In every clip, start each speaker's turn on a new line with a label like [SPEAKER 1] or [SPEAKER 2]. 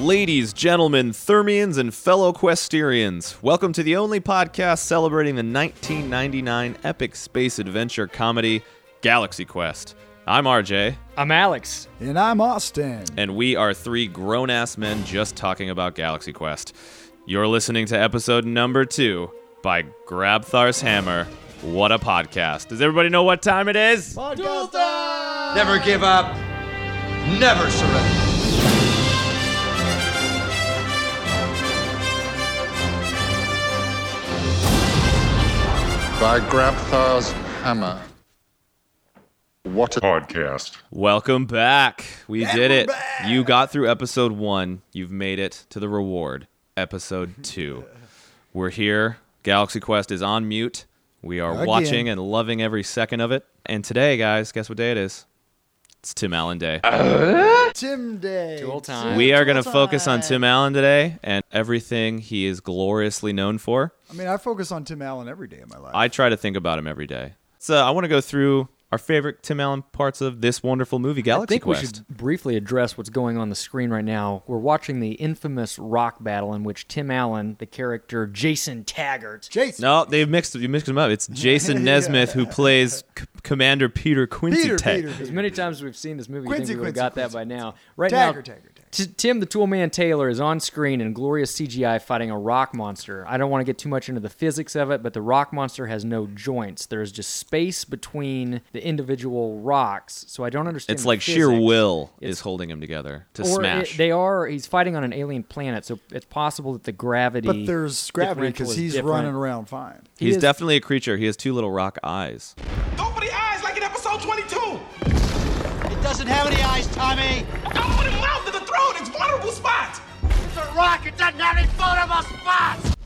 [SPEAKER 1] Ladies, gentlemen, Thermians, and fellow Questerians, welcome to the only podcast celebrating the 1999 epic space adventure comedy Galaxy Quest. I'm RJ,
[SPEAKER 2] I'm Alex.
[SPEAKER 3] And I'm Austin.
[SPEAKER 1] and we are three grown ass men just talking about Galaxy Quest. You're listening to episode number two by Grabthar's Hammer. What a podcast. Does everybody know what time it is?
[SPEAKER 4] Never give up. Never surrender.
[SPEAKER 5] by Grabthar's hammer. What a
[SPEAKER 6] podcast.
[SPEAKER 1] Welcome back. We did it. You got through episode one. You've made it to the reward, episode two. We're here. Galaxy Quest is on mute. We are
[SPEAKER 3] Again.
[SPEAKER 1] watching and loving every second of it. And today, guys, guess what day it is? It's Tim Allen Day.
[SPEAKER 2] Uh,
[SPEAKER 3] Tim Day.
[SPEAKER 2] Dual time.
[SPEAKER 1] we are going to focus on Tim Allen today and everything he is gloriously known for.
[SPEAKER 3] I mean, I focus on Tim Allen every day of my life.
[SPEAKER 1] I try to think about him every day. So I want to go through our favorite Tim Allen parts of this wonderful movie,
[SPEAKER 2] I
[SPEAKER 1] Galaxy
[SPEAKER 2] think
[SPEAKER 1] Quest.
[SPEAKER 2] we should briefly address what's going on the screen right now. We're watching the infamous rock battle in which Tim Allen, the character Jason Taggart,
[SPEAKER 3] Jason.
[SPEAKER 1] No, they've mixed you mixed them up. It's Jason Nesmith who plays C- Commander Peter Quincy
[SPEAKER 3] Peter,
[SPEAKER 1] Tag-
[SPEAKER 3] Peter,
[SPEAKER 2] as
[SPEAKER 3] Peter.
[SPEAKER 2] many times as we've seen this movie, you
[SPEAKER 3] Quincy,
[SPEAKER 2] think we would have
[SPEAKER 3] Quincy,
[SPEAKER 2] got that
[SPEAKER 3] Quincy,
[SPEAKER 2] by now. Right now,
[SPEAKER 3] Taggart, Taggart, Taggart.
[SPEAKER 2] T- Tim the Toolman Taylor is on screen in glorious CGI fighting a rock monster. I don't want to get too much into the physics of it, but the rock monster has no joints. There is just space between the individual rocks, so I don't understand.
[SPEAKER 1] It's
[SPEAKER 2] the
[SPEAKER 1] like sheer
[SPEAKER 2] physics.
[SPEAKER 1] will is holding him together to
[SPEAKER 2] Or it-
[SPEAKER 1] smash.
[SPEAKER 2] they are. He's fighting on an alien planet, so it's possible that the gravity.
[SPEAKER 3] But there's gravity
[SPEAKER 2] differential
[SPEAKER 3] because
[SPEAKER 2] is
[SPEAKER 3] he's
[SPEAKER 2] different.
[SPEAKER 3] running around fine.
[SPEAKER 2] He
[SPEAKER 1] He's
[SPEAKER 2] is-
[SPEAKER 1] definitely a creature. He has two little rock eyes.
[SPEAKER 7] Don't put the eyes like in episode 22. Don't
[SPEAKER 4] It doesn't have any eyes, Tommy.
[SPEAKER 7] put the mouth to the throat. It's vulnerable spots.
[SPEAKER 4] It's a rock. It doesn't have any vulnerable spots.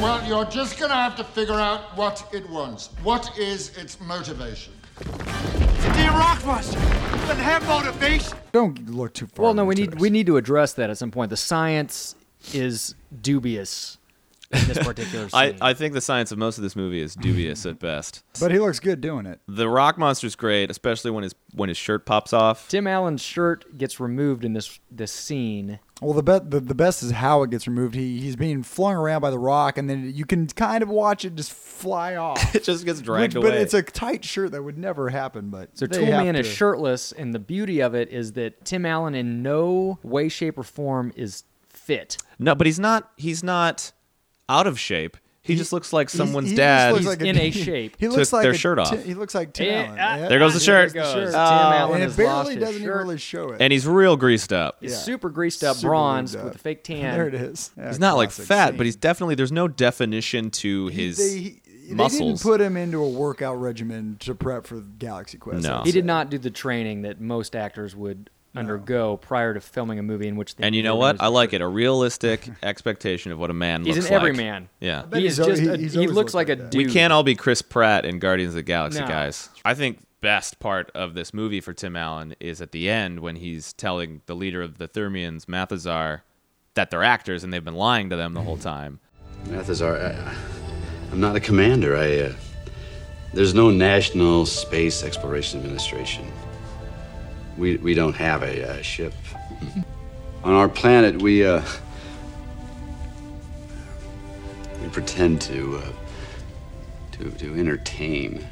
[SPEAKER 5] Well, you're just gonna have to figure out what it wants. What is its motivation?
[SPEAKER 4] It's a damn rock monster. It doesn't have motivation.
[SPEAKER 3] Don't look too far.
[SPEAKER 2] Well, no, we
[SPEAKER 3] into
[SPEAKER 2] need
[SPEAKER 3] it.
[SPEAKER 2] we need to address that at some point. The science is dubious in this particular
[SPEAKER 1] I,
[SPEAKER 2] scene.
[SPEAKER 1] I think the science of most of this movie is dubious at best.
[SPEAKER 3] But he looks good doing it.
[SPEAKER 1] The rock monster's great, especially when his when his shirt pops off.
[SPEAKER 2] Tim Allen's shirt gets removed in this this scene.
[SPEAKER 3] Well, the, be- the the best is how it gets removed. He he's being flung around by the rock, and then you can kind of watch it just fly off.
[SPEAKER 1] It just gets dragged
[SPEAKER 3] Which- but
[SPEAKER 1] away.
[SPEAKER 3] it's a tight shirt that would never happen. But
[SPEAKER 2] So
[SPEAKER 3] they have
[SPEAKER 2] Toolman is
[SPEAKER 3] to-
[SPEAKER 2] shirtless, and the beauty of it is that Tim Allen, in no way, shape, or form, is fit.
[SPEAKER 1] no, but he's not. He's not out of shape. He, just looks like
[SPEAKER 3] he's-
[SPEAKER 1] someone's
[SPEAKER 3] he just
[SPEAKER 1] dad.
[SPEAKER 3] looks
[SPEAKER 2] He's
[SPEAKER 3] like
[SPEAKER 2] in a shape.
[SPEAKER 3] He looks
[SPEAKER 1] Took
[SPEAKER 3] like
[SPEAKER 1] their
[SPEAKER 3] a
[SPEAKER 1] shirt off.
[SPEAKER 3] Ti- he looks like Tim
[SPEAKER 2] Eh,
[SPEAKER 3] Allen.
[SPEAKER 2] ah,
[SPEAKER 3] Yeah.
[SPEAKER 1] there goes the
[SPEAKER 2] there
[SPEAKER 1] shirt.
[SPEAKER 2] it goes.
[SPEAKER 1] Oh.
[SPEAKER 2] Tim Allen
[SPEAKER 3] and
[SPEAKER 2] has
[SPEAKER 3] it
[SPEAKER 2] lost
[SPEAKER 3] barely
[SPEAKER 2] his
[SPEAKER 3] doesn't even
[SPEAKER 2] shirt.
[SPEAKER 3] really show it.
[SPEAKER 1] and he's real greased up.
[SPEAKER 2] He's
[SPEAKER 3] Yeah.
[SPEAKER 2] super greased up,
[SPEAKER 3] Super
[SPEAKER 2] bronzed
[SPEAKER 3] lubed
[SPEAKER 2] with
[SPEAKER 3] up.
[SPEAKER 2] a fake tan.
[SPEAKER 3] There it is. Yeah,
[SPEAKER 1] He's not like
[SPEAKER 3] classic
[SPEAKER 1] fat,
[SPEAKER 3] scene.
[SPEAKER 1] but he's definitely there's no definition to his
[SPEAKER 3] they, they
[SPEAKER 1] muscles.
[SPEAKER 3] didn't put him into a workout regimen to prep for Galaxy Quest.
[SPEAKER 1] No.
[SPEAKER 2] He did not do the training that most actors would undergo prior to filming a movie in which they.
[SPEAKER 1] and you know what? I like it. A realistic expectation of what a man
[SPEAKER 2] He's
[SPEAKER 1] looks
[SPEAKER 2] an
[SPEAKER 1] like.
[SPEAKER 2] everyman.
[SPEAKER 1] Yeah.
[SPEAKER 3] bet
[SPEAKER 2] He is
[SPEAKER 3] he's al-
[SPEAKER 2] just. a-
[SPEAKER 3] he- he's
[SPEAKER 2] he
[SPEAKER 3] always
[SPEAKER 2] looks
[SPEAKER 3] looked
[SPEAKER 2] like a
[SPEAKER 3] like that.
[SPEAKER 2] dude.
[SPEAKER 1] We can't all be Chris Pratt in Guardians of the Galaxy,
[SPEAKER 2] No.
[SPEAKER 1] guys. I think best part of this movie for Tim Allen is at the end when he's telling the leader of the Thermians, Mathazar, that they're actors and they've been lying to them the whole time.
[SPEAKER 8] Mathazar, I, I- I'm not a commander. I, uh, there's no National Space Exploration Administration. We, we don't have a uh, ship. On our planet, we, uh, we pretend to, uh, to, to entertain.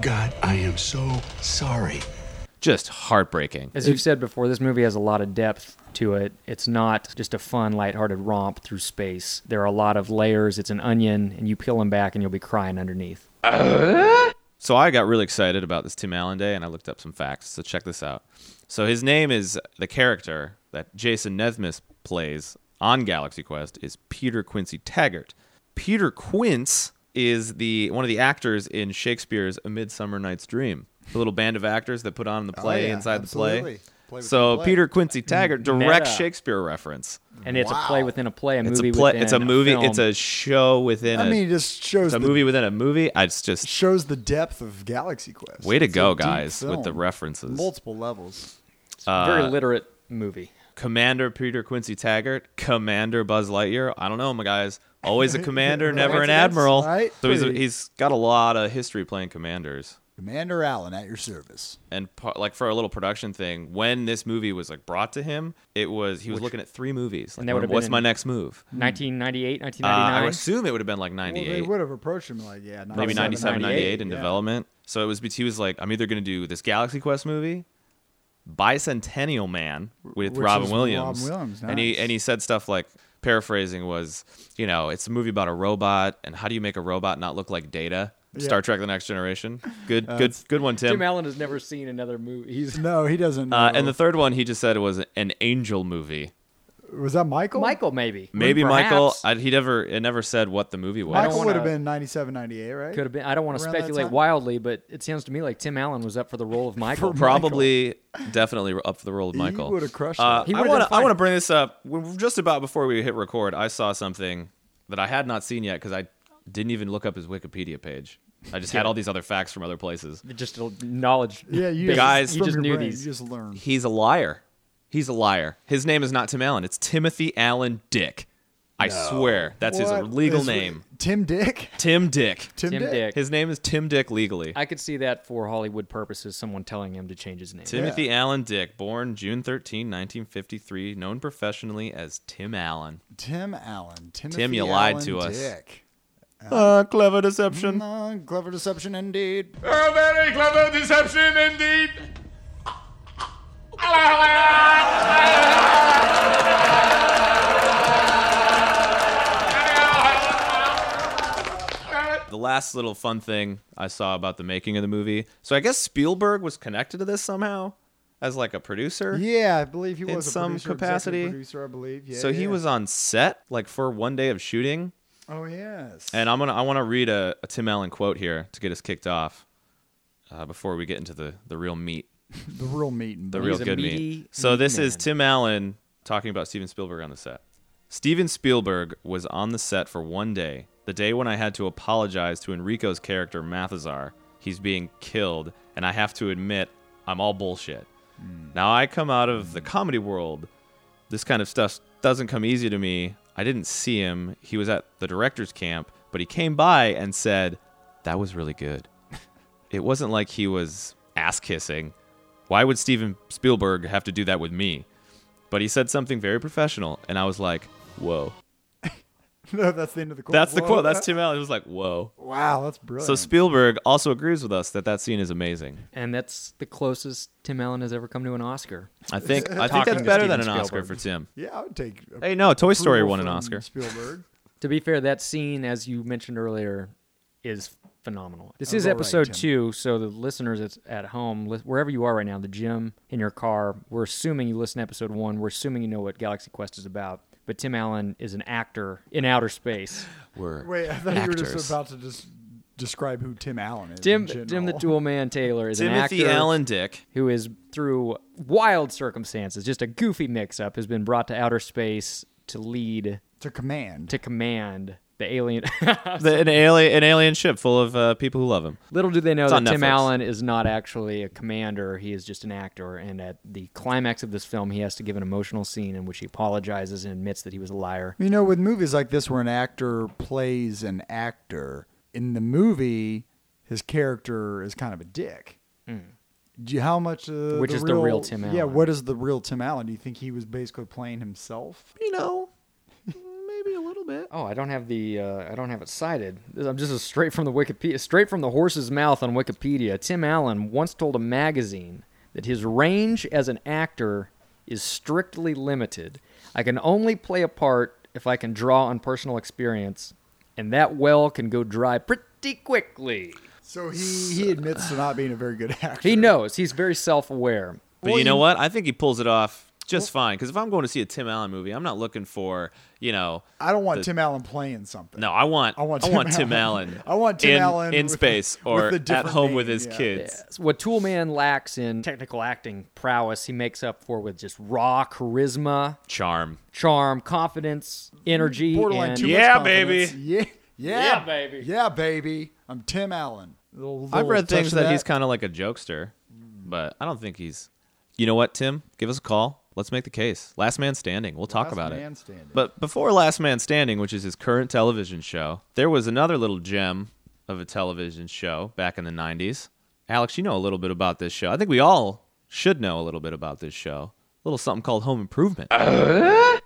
[SPEAKER 9] God, I am so sorry.
[SPEAKER 1] Just heartbreaking.
[SPEAKER 2] As you've said before, this movie has a lot of depth to it. It's not just a fun, lighthearted romp through space. There are a lot of layers. It's an onion, and you peel them back, and you'll be crying underneath.
[SPEAKER 1] So I got really excited about this Tim Allen day, and I looked up some facts. So check this out. So his name is the character that Jason Nesmith plays on Galaxy Quest is Peter Quincy Taggart. Peter Quince is the one of the actors in Shakespeare's A Midsummer Night's Dream, the little band of actors that put on the play
[SPEAKER 3] Oh, yeah,
[SPEAKER 1] inside
[SPEAKER 3] absolutely.
[SPEAKER 1] the play.
[SPEAKER 3] Play within
[SPEAKER 1] so
[SPEAKER 3] the play.
[SPEAKER 1] Peter Quincy Taggart, direct
[SPEAKER 2] Meta.
[SPEAKER 1] Shakespeare reference.
[SPEAKER 2] And it's a play within a play, a
[SPEAKER 1] It's
[SPEAKER 2] movie
[SPEAKER 1] a play.
[SPEAKER 2] within
[SPEAKER 1] It's a movie.
[SPEAKER 2] film.
[SPEAKER 1] It's a show within.
[SPEAKER 3] I
[SPEAKER 1] a,
[SPEAKER 3] mean, it just shows
[SPEAKER 1] it's a
[SPEAKER 3] the,
[SPEAKER 1] movie within a movie. I it's just
[SPEAKER 3] shows the depth of Galaxy Quest.
[SPEAKER 1] Way to
[SPEAKER 3] It's a
[SPEAKER 1] go,
[SPEAKER 3] deep
[SPEAKER 1] guys, with the
[SPEAKER 3] film.
[SPEAKER 1] references.
[SPEAKER 3] Multiple levels.
[SPEAKER 2] It's a
[SPEAKER 1] uh,
[SPEAKER 2] very literate movie.
[SPEAKER 1] Commander Peter Quincy Taggart, Commander Buzz Lightyear. I don't know, my guys. Always a commander, never an
[SPEAKER 3] That's- that's
[SPEAKER 1] admiral.
[SPEAKER 3] right.
[SPEAKER 1] So he's,
[SPEAKER 3] Pretty-
[SPEAKER 1] he's got a lot of history playing commanders.
[SPEAKER 3] Commander Allen at your service.
[SPEAKER 1] and par- like for a little production thing when this movie was like brought to him it was he was looking at three movies like
[SPEAKER 2] that
[SPEAKER 1] when-
[SPEAKER 2] would've been
[SPEAKER 1] what's
[SPEAKER 2] in-
[SPEAKER 1] my next move
[SPEAKER 2] 1998,
[SPEAKER 1] Hmm. uh, i
[SPEAKER 2] 1999.
[SPEAKER 1] assume it would have been like
[SPEAKER 3] Well, they
[SPEAKER 1] 98
[SPEAKER 3] would have approached him like, yeah, 97,
[SPEAKER 1] maybe 97
[SPEAKER 2] 97,
[SPEAKER 1] 98 in
[SPEAKER 3] yeah.
[SPEAKER 1] development so it was bet- he was like i'm either going to do this galaxy quest movie bicentennial man with
[SPEAKER 3] Which
[SPEAKER 1] robin
[SPEAKER 3] is
[SPEAKER 1] williams,
[SPEAKER 3] Robin Williams,
[SPEAKER 1] and he
[SPEAKER 3] nice.
[SPEAKER 1] and he said stuff like paraphrasing was you know it's a movie about a robot and how do you make a robot not look like data
[SPEAKER 3] Yeah.
[SPEAKER 1] star trek the next generation good good good one tim
[SPEAKER 2] Tim Allen has never seen another movie. He's
[SPEAKER 3] No, he doesn't. Know.
[SPEAKER 1] Uh, and the third one, he just said it was an angel movie.
[SPEAKER 3] was that Michael?
[SPEAKER 2] Michael, maybe.
[SPEAKER 1] Maybe
[SPEAKER 2] Perhaps.
[SPEAKER 1] Michael. I, he never. It never said what the movie was.
[SPEAKER 2] I don't
[SPEAKER 3] Michael
[SPEAKER 2] wanna-
[SPEAKER 3] would have been 97, 98, right?
[SPEAKER 2] Could have been. I don't want to
[SPEAKER 3] Around that
[SPEAKER 2] speculate
[SPEAKER 3] time?
[SPEAKER 2] wildly, but it sounds to me like Tim Allen was up for the role of Michael.
[SPEAKER 1] Probably, definitely up for the role of Michael.
[SPEAKER 3] would've crushed
[SPEAKER 1] Uh,
[SPEAKER 3] it.
[SPEAKER 2] He
[SPEAKER 1] I
[SPEAKER 2] would've
[SPEAKER 1] want
[SPEAKER 2] done
[SPEAKER 1] to. I
[SPEAKER 2] fine.
[SPEAKER 1] want to bring this up. We're Just about before we hit record, I saw something that I had not seen yet because I didn't even look up his Wikipedia page. I just had all these other facts from other places.
[SPEAKER 2] just a knowledge.
[SPEAKER 3] Yeah, you
[SPEAKER 2] base.
[SPEAKER 3] just-
[SPEAKER 1] Guys,
[SPEAKER 2] you
[SPEAKER 3] from
[SPEAKER 2] just
[SPEAKER 3] your
[SPEAKER 2] knew
[SPEAKER 3] brain,
[SPEAKER 2] these.
[SPEAKER 3] You just learned.
[SPEAKER 1] He's a liar. He's a liar. His name is not Tim Allen. It's Timothy Allen Dick. I swear that's
[SPEAKER 3] What
[SPEAKER 1] his legal
[SPEAKER 3] is-
[SPEAKER 1] name.
[SPEAKER 3] Tim Dick.
[SPEAKER 1] Tim Dick.
[SPEAKER 3] Tim,
[SPEAKER 2] Tim
[SPEAKER 3] Dick.
[SPEAKER 2] Dick.
[SPEAKER 1] His name is Tim Dick legally.
[SPEAKER 2] I could see that for Hollywood purposes, someone telling him to change his name.
[SPEAKER 1] Timothy Allen Dick, born June 13, 1953, known professionally as Tim Allen.
[SPEAKER 3] Tim Allen. Timothy
[SPEAKER 1] Tim, you lied
[SPEAKER 3] Allen
[SPEAKER 1] to us.
[SPEAKER 3] Dick.
[SPEAKER 1] Uh, clever deception.
[SPEAKER 3] Uh, clever deception indeed.
[SPEAKER 4] A very clever deception indeed.
[SPEAKER 1] The last little fun thing I saw about the making of the movie. So I guess Spielberg was connected to this somehow as like a producer.
[SPEAKER 3] Yeah, I believe he
[SPEAKER 1] In
[SPEAKER 3] was a
[SPEAKER 1] some
[SPEAKER 3] producer, executive
[SPEAKER 1] capacity.
[SPEAKER 3] Producer, I believe. Yeah.
[SPEAKER 1] so he
[SPEAKER 3] yeah.
[SPEAKER 1] was on set like for one day of shooting.
[SPEAKER 3] Oh yes.
[SPEAKER 1] And I'm gonna I want to read a, a Tim Allen quote here to get us kicked off uh, before we get into the the real meat.
[SPEAKER 3] the real meat and
[SPEAKER 1] the
[SPEAKER 3] bone.
[SPEAKER 1] real
[SPEAKER 2] He's a
[SPEAKER 1] good meat.
[SPEAKER 2] meaty,
[SPEAKER 1] So
[SPEAKER 2] meaty
[SPEAKER 1] this is
[SPEAKER 2] man.
[SPEAKER 1] Tim Allen talking about Steven Spielberg on the set. Steven Spielberg was on the set for one day, the day when I had to apologize to Enrico's character Mathazar. He's being killed, and I have to admit, I'm all bullshit.
[SPEAKER 2] Hmm.
[SPEAKER 1] Now I come out of the comedy world. This kind of stuff doesn't come easy to me. I didn't see him. He was at the director's camp, but he came by and said, "That was really good." it wasn't like he was ass kissing. Why would Steven Spielberg have to do that with me? But he said something very professional, and I was like, "Whoa!"
[SPEAKER 3] no, that's the end of the quote.
[SPEAKER 1] That's the
[SPEAKER 3] Whoa,
[SPEAKER 1] quote. That's
[SPEAKER 3] that-
[SPEAKER 1] Tim Allen. It was like, "Whoa!"
[SPEAKER 3] Wow, that's brilliant.
[SPEAKER 1] So Spielberg also agrees with us that that scene is amazing.
[SPEAKER 2] and that's the closest Tim Allen has ever come to an Oscar.
[SPEAKER 1] I think I think
[SPEAKER 2] Talking
[SPEAKER 1] that's
[SPEAKER 2] to
[SPEAKER 1] better
[SPEAKER 2] Steven
[SPEAKER 1] than an Oscar
[SPEAKER 2] Spielberg.
[SPEAKER 1] for Tim.
[SPEAKER 3] yeah, I would take. a
[SPEAKER 1] Hey, no, Toy Story
[SPEAKER 3] approval
[SPEAKER 1] won an
[SPEAKER 3] from
[SPEAKER 1] Oscar.
[SPEAKER 3] Spielberg.
[SPEAKER 2] To be fair, that scene, as you mentioned earlier, is phenomenal. This
[SPEAKER 3] That was
[SPEAKER 2] is
[SPEAKER 3] all right,
[SPEAKER 2] episode
[SPEAKER 3] Tim.
[SPEAKER 2] two, so the listeners that's at home, li- wherever you are right now, the gym, in your car, we're assuming you listen to episode one. We're assuming you know what Galaxy Quest is about. But Tim Allen is an actor in outer space.
[SPEAKER 1] Were
[SPEAKER 3] Wait, I thought you were
[SPEAKER 1] actors.
[SPEAKER 3] just about to just describe who Tim Allen is.
[SPEAKER 2] Tim,
[SPEAKER 3] in
[SPEAKER 2] Tim the
[SPEAKER 3] general.
[SPEAKER 2] Dual Man Taylor is
[SPEAKER 1] Timothy
[SPEAKER 2] an actor
[SPEAKER 1] Allen Dick.
[SPEAKER 2] who is through wild circumstances, just a goofy mix-up, has been brought to outer space to lead,
[SPEAKER 3] to command.
[SPEAKER 2] to command the alien.
[SPEAKER 1] The, an alien, an alien ship full of uh, people who love him.
[SPEAKER 2] Little do they know
[SPEAKER 1] It's
[SPEAKER 2] that
[SPEAKER 1] on
[SPEAKER 2] Tim
[SPEAKER 1] Netflix.
[SPEAKER 2] Allen is not actually a commander. He is just an actor. And at the climax of this film, he has to give an emotional scene in which he apologizes and admits that he was a liar.
[SPEAKER 3] You know, with movies like this where an actor plays an actor, in the movie, his character is kind of a dick.
[SPEAKER 1] Hmm.
[SPEAKER 3] Do you, how much? Uh,
[SPEAKER 2] Which is the real Tim
[SPEAKER 3] Yeah,
[SPEAKER 2] Allen.
[SPEAKER 3] what is the real Tim Allen? Do you think he was basically playing himself?
[SPEAKER 1] You know, maybe a little bit.
[SPEAKER 2] Oh, I don't have the uh, I don't have it cited. This- I'm just a straight from the Wikipedia, straight from the horse's mouth on Wikipedia. Tim Allen once told a magazine that his range as an actor is strictly limited. I can only play a part if I can draw on personal experience, and that well can go dry pretty quickly.
[SPEAKER 3] So he, he admits to not being a very good actor.
[SPEAKER 2] He knows. He's very self-aware.
[SPEAKER 1] But you know what? I think he pulls it off just fine. Because if I'm going to see a Tim Allen movie, I'm not looking for you know.
[SPEAKER 3] I don't want
[SPEAKER 1] The-
[SPEAKER 3] Tim Allen playing something.
[SPEAKER 1] No, I want I want Tim, Allen.
[SPEAKER 3] Allen. I want Tim
[SPEAKER 1] in,
[SPEAKER 3] Allen
[SPEAKER 1] in
[SPEAKER 3] with-
[SPEAKER 1] space
[SPEAKER 3] with
[SPEAKER 1] or
[SPEAKER 3] a
[SPEAKER 1] at
[SPEAKER 3] different
[SPEAKER 1] home
[SPEAKER 3] name,
[SPEAKER 1] with his
[SPEAKER 3] yeah.
[SPEAKER 1] kids.
[SPEAKER 2] What Toolman lacks in technical acting prowess, he makes up for with just raw charisma,
[SPEAKER 1] Charm.
[SPEAKER 2] charm, confidence, energy,
[SPEAKER 3] Borderline
[SPEAKER 2] and
[SPEAKER 3] too much
[SPEAKER 1] Yeah,
[SPEAKER 3] confidence.
[SPEAKER 1] baby.
[SPEAKER 3] Yeah, yeah,
[SPEAKER 2] Yeah, baby.
[SPEAKER 3] Yeah, baby. I'm Tim Allen. Little-
[SPEAKER 1] I've
[SPEAKER 3] little
[SPEAKER 1] read
[SPEAKER 3] touch
[SPEAKER 1] things
[SPEAKER 3] of
[SPEAKER 1] that, he's kind of like a jokester, but I don't think he's. You know what, Tim? Give us a call. Let's make the case. Last Man Standing. We'll talk
[SPEAKER 3] Last
[SPEAKER 1] about
[SPEAKER 3] Man
[SPEAKER 1] it.
[SPEAKER 3] Standing.
[SPEAKER 1] But before Last Man Standing, which is his current television show, there was another little gem of a television show back in the 90s Alex, you know a little bit about this show. I think we all should know a little bit about this show. A little something called Home Improvement.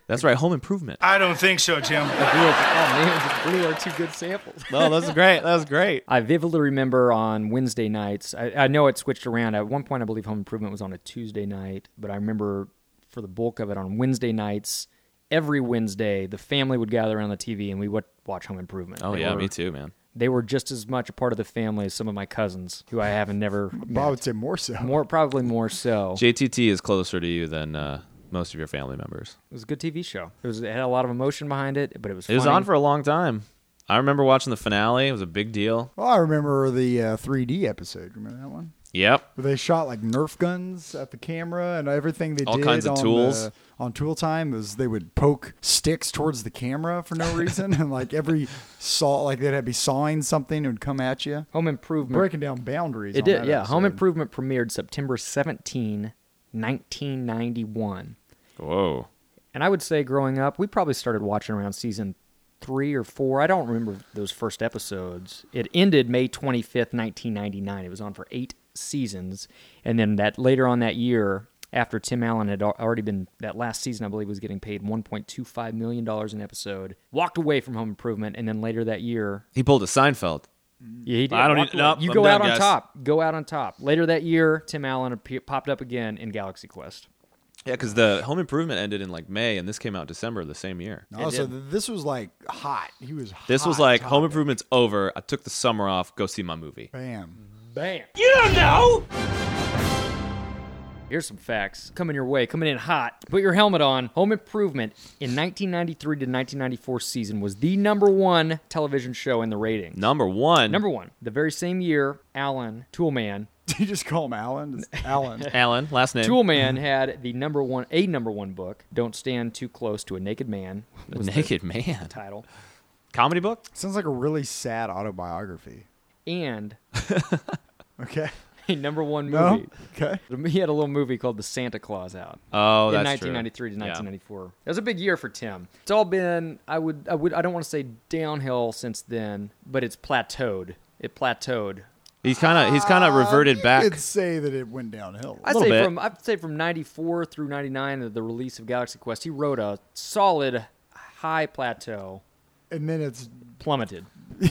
[SPEAKER 1] That's right, Home Improvement.
[SPEAKER 4] I don't think so, Tim.
[SPEAKER 2] Oh man, those really are two good samples.
[SPEAKER 1] Oh, that's great. That's great.
[SPEAKER 2] I vividly remember on Wednesday nights. I, I know it switched around. At one point, I believe Home Improvement was on a Tuesday night, but I remember for the bulk of it on Wednesday nights. Every Wednesday, the family would gather around the TV and we would watch Home Improvement.
[SPEAKER 1] Oh
[SPEAKER 2] They
[SPEAKER 1] yeah,
[SPEAKER 2] were-
[SPEAKER 1] me too, man.
[SPEAKER 2] They were just as much a part of the family as some of my cousins, who I haven't never
[SPEAKER 3] I
[SPEAKER 2] met.
[SPEAKER 3] would say more so.
[SPEAKER 2] More, probably more so.
[SPEAKER 1] JTT is closer to you than uh, most of your family members.
[SPEAKER 2] It was a good TV show. It was it had a lot of emotion behind it, but it was
[SPEAKER 1] It was
[SPEAKER 2] funny.
[SPEAKER 1] on for a long time. I remember watching the finale. It was a big deal.
[SPEAKER 3] Well, I remember the uh, 3D episode. Remember that one?
[SPEAKER 1] Yep.
[SPEAKER 3] Where they shot like Nerf guns at the camera and everything they
[SPEAKER 1] All
[SPEAKER 3] did
[SPEAKER 1] kinds of
[SPEAKER 3] on
[SPEAKER 1] tools.
[SPEAKER 3] the- on tool time was they would poke sticks towards the camera for no reason and like every saw like they'd be sawing something and would come at you
[SPEAKER 2] Home Improvement.
[SPEAKER 3] breaking down boundaries.
[SPEAKER 2] It
[SPEAKER 3] on
[SPEAKER 2] did,
[SPEAKER 3] that
[SPEAKER 2] yeah. Home
[SPEAKER 3] episode.
[SPEAKER 2] Improvement premiered September 17, 1991.
[SPEAKER 1] Whoa.
[SPEAKER 2] And I would say growing up, we probably started watching around season three or four. I don't remember those first episodes. It ended May 25th, 1999. It was on for eight seasons. And then that later on that year, after Tim Allen had al- already been, that last season, I believe, was getting paid $1.25 million an episode, walked away from Home Improvement. And then later that year,
[SPEAKER 1] He pulled a Seinfeld.
[SPEAKER 2] yeah, he did.
[SPEAKER 1] I don't
[SPEAKER 2] Walked
[SPEAKER 1] need-
[SPEAKER 2] away.
[SPEAKER 1] nope,
[SPEAKER 2] you
[SPEAKER 1] I'm
[SPEAKER 2] go
[SPEAKER 1] done,
[SPEAKER 2] out on
[SPEAKER 1] guys.
[SPEAKER 2] top. Go out on top. Later that year, Tim Allen appe- popped up again in Galaxy Quest.
[SPEAKER 1] Yeah, because the Home Improvement ended in like May, and this came out December of the same year.
[SPEAKER 3] Oh, so th- this was like hot. He was.
[SPEAKER 1] This was
[SPEAKER 3] hot
[SPEAKER 1] like Home
[SPEAKER 3] topic.
[SPEAKER 1] Improvement's over. I took the summer off. Go see my movie.
[SPEAKER 3] Bam.
[SPEAKER 2] Bam.
[SPEAKER 7] You don't know.
[SPEAKER 2] Here's some facts coming your way, coming in hot. Put your helmet on. Home Improvement in 1993 to 1994 season was the number one television show in the rating.
[SPEAKER 1] Number one,
[SPEAKER 2] Number one. The very same year, Alan Toolman.
[SPEAKER 3] Did you just call him Alan? Just Alan.
[SPEAKER 1] Alan, last name.
[SPEAKER 2] Toolman had the number one, a number one book, Don't Stand Too Close to a Naked Man
[SPEAKER 1] The Naked Man.
[SPEAKER 2] title,
[SPEAKER 1] Comedy book?
[SPEAKER 3] Sounds like a really sad autobiography.
[SPEAKER 2] and
[SPEAKER 3] Okay.
[SPEAKER 2] a number one
[SPEAKER 3] No.
[SPEAKER 2] movie.
[SPEAKER 3] Okay.
[SPEAKER 2] He had a little movie called The Santa Claus out.
[SPEAKER 1] Oh,
[SPEAKER 2] in
[SPEAKER 1] that's
[SPEAKER 2] 1993
[SPEAKER 1] true.
[SPEAKER 2] to
[SPEAKER 1] Yeah.
[SPEAKER 2] 1994. That was a big year for Tim. It's all been I would I would I don't want to say downhill since then, but it's plateaued. It plateaued.
[SPEAKER 1] He's kind of he's kind
[SPEAKER 2] Ah,
[SPEAKER 1] of reverted back.
[SPEAKER 3] I'd say that it went downhill.
[SPEAKER 2] I'd
[SPEAKER 1] Little
[SPEAKER 2] say
[SPEAKER 1] bit.
[SPEAKER 2] from I'd say from 94 through 99 of the release of Galaxy Quest, he rode a solid high plateau,
[SPEAKER 3] and then it's.
[SPEAKER 2] plummeted.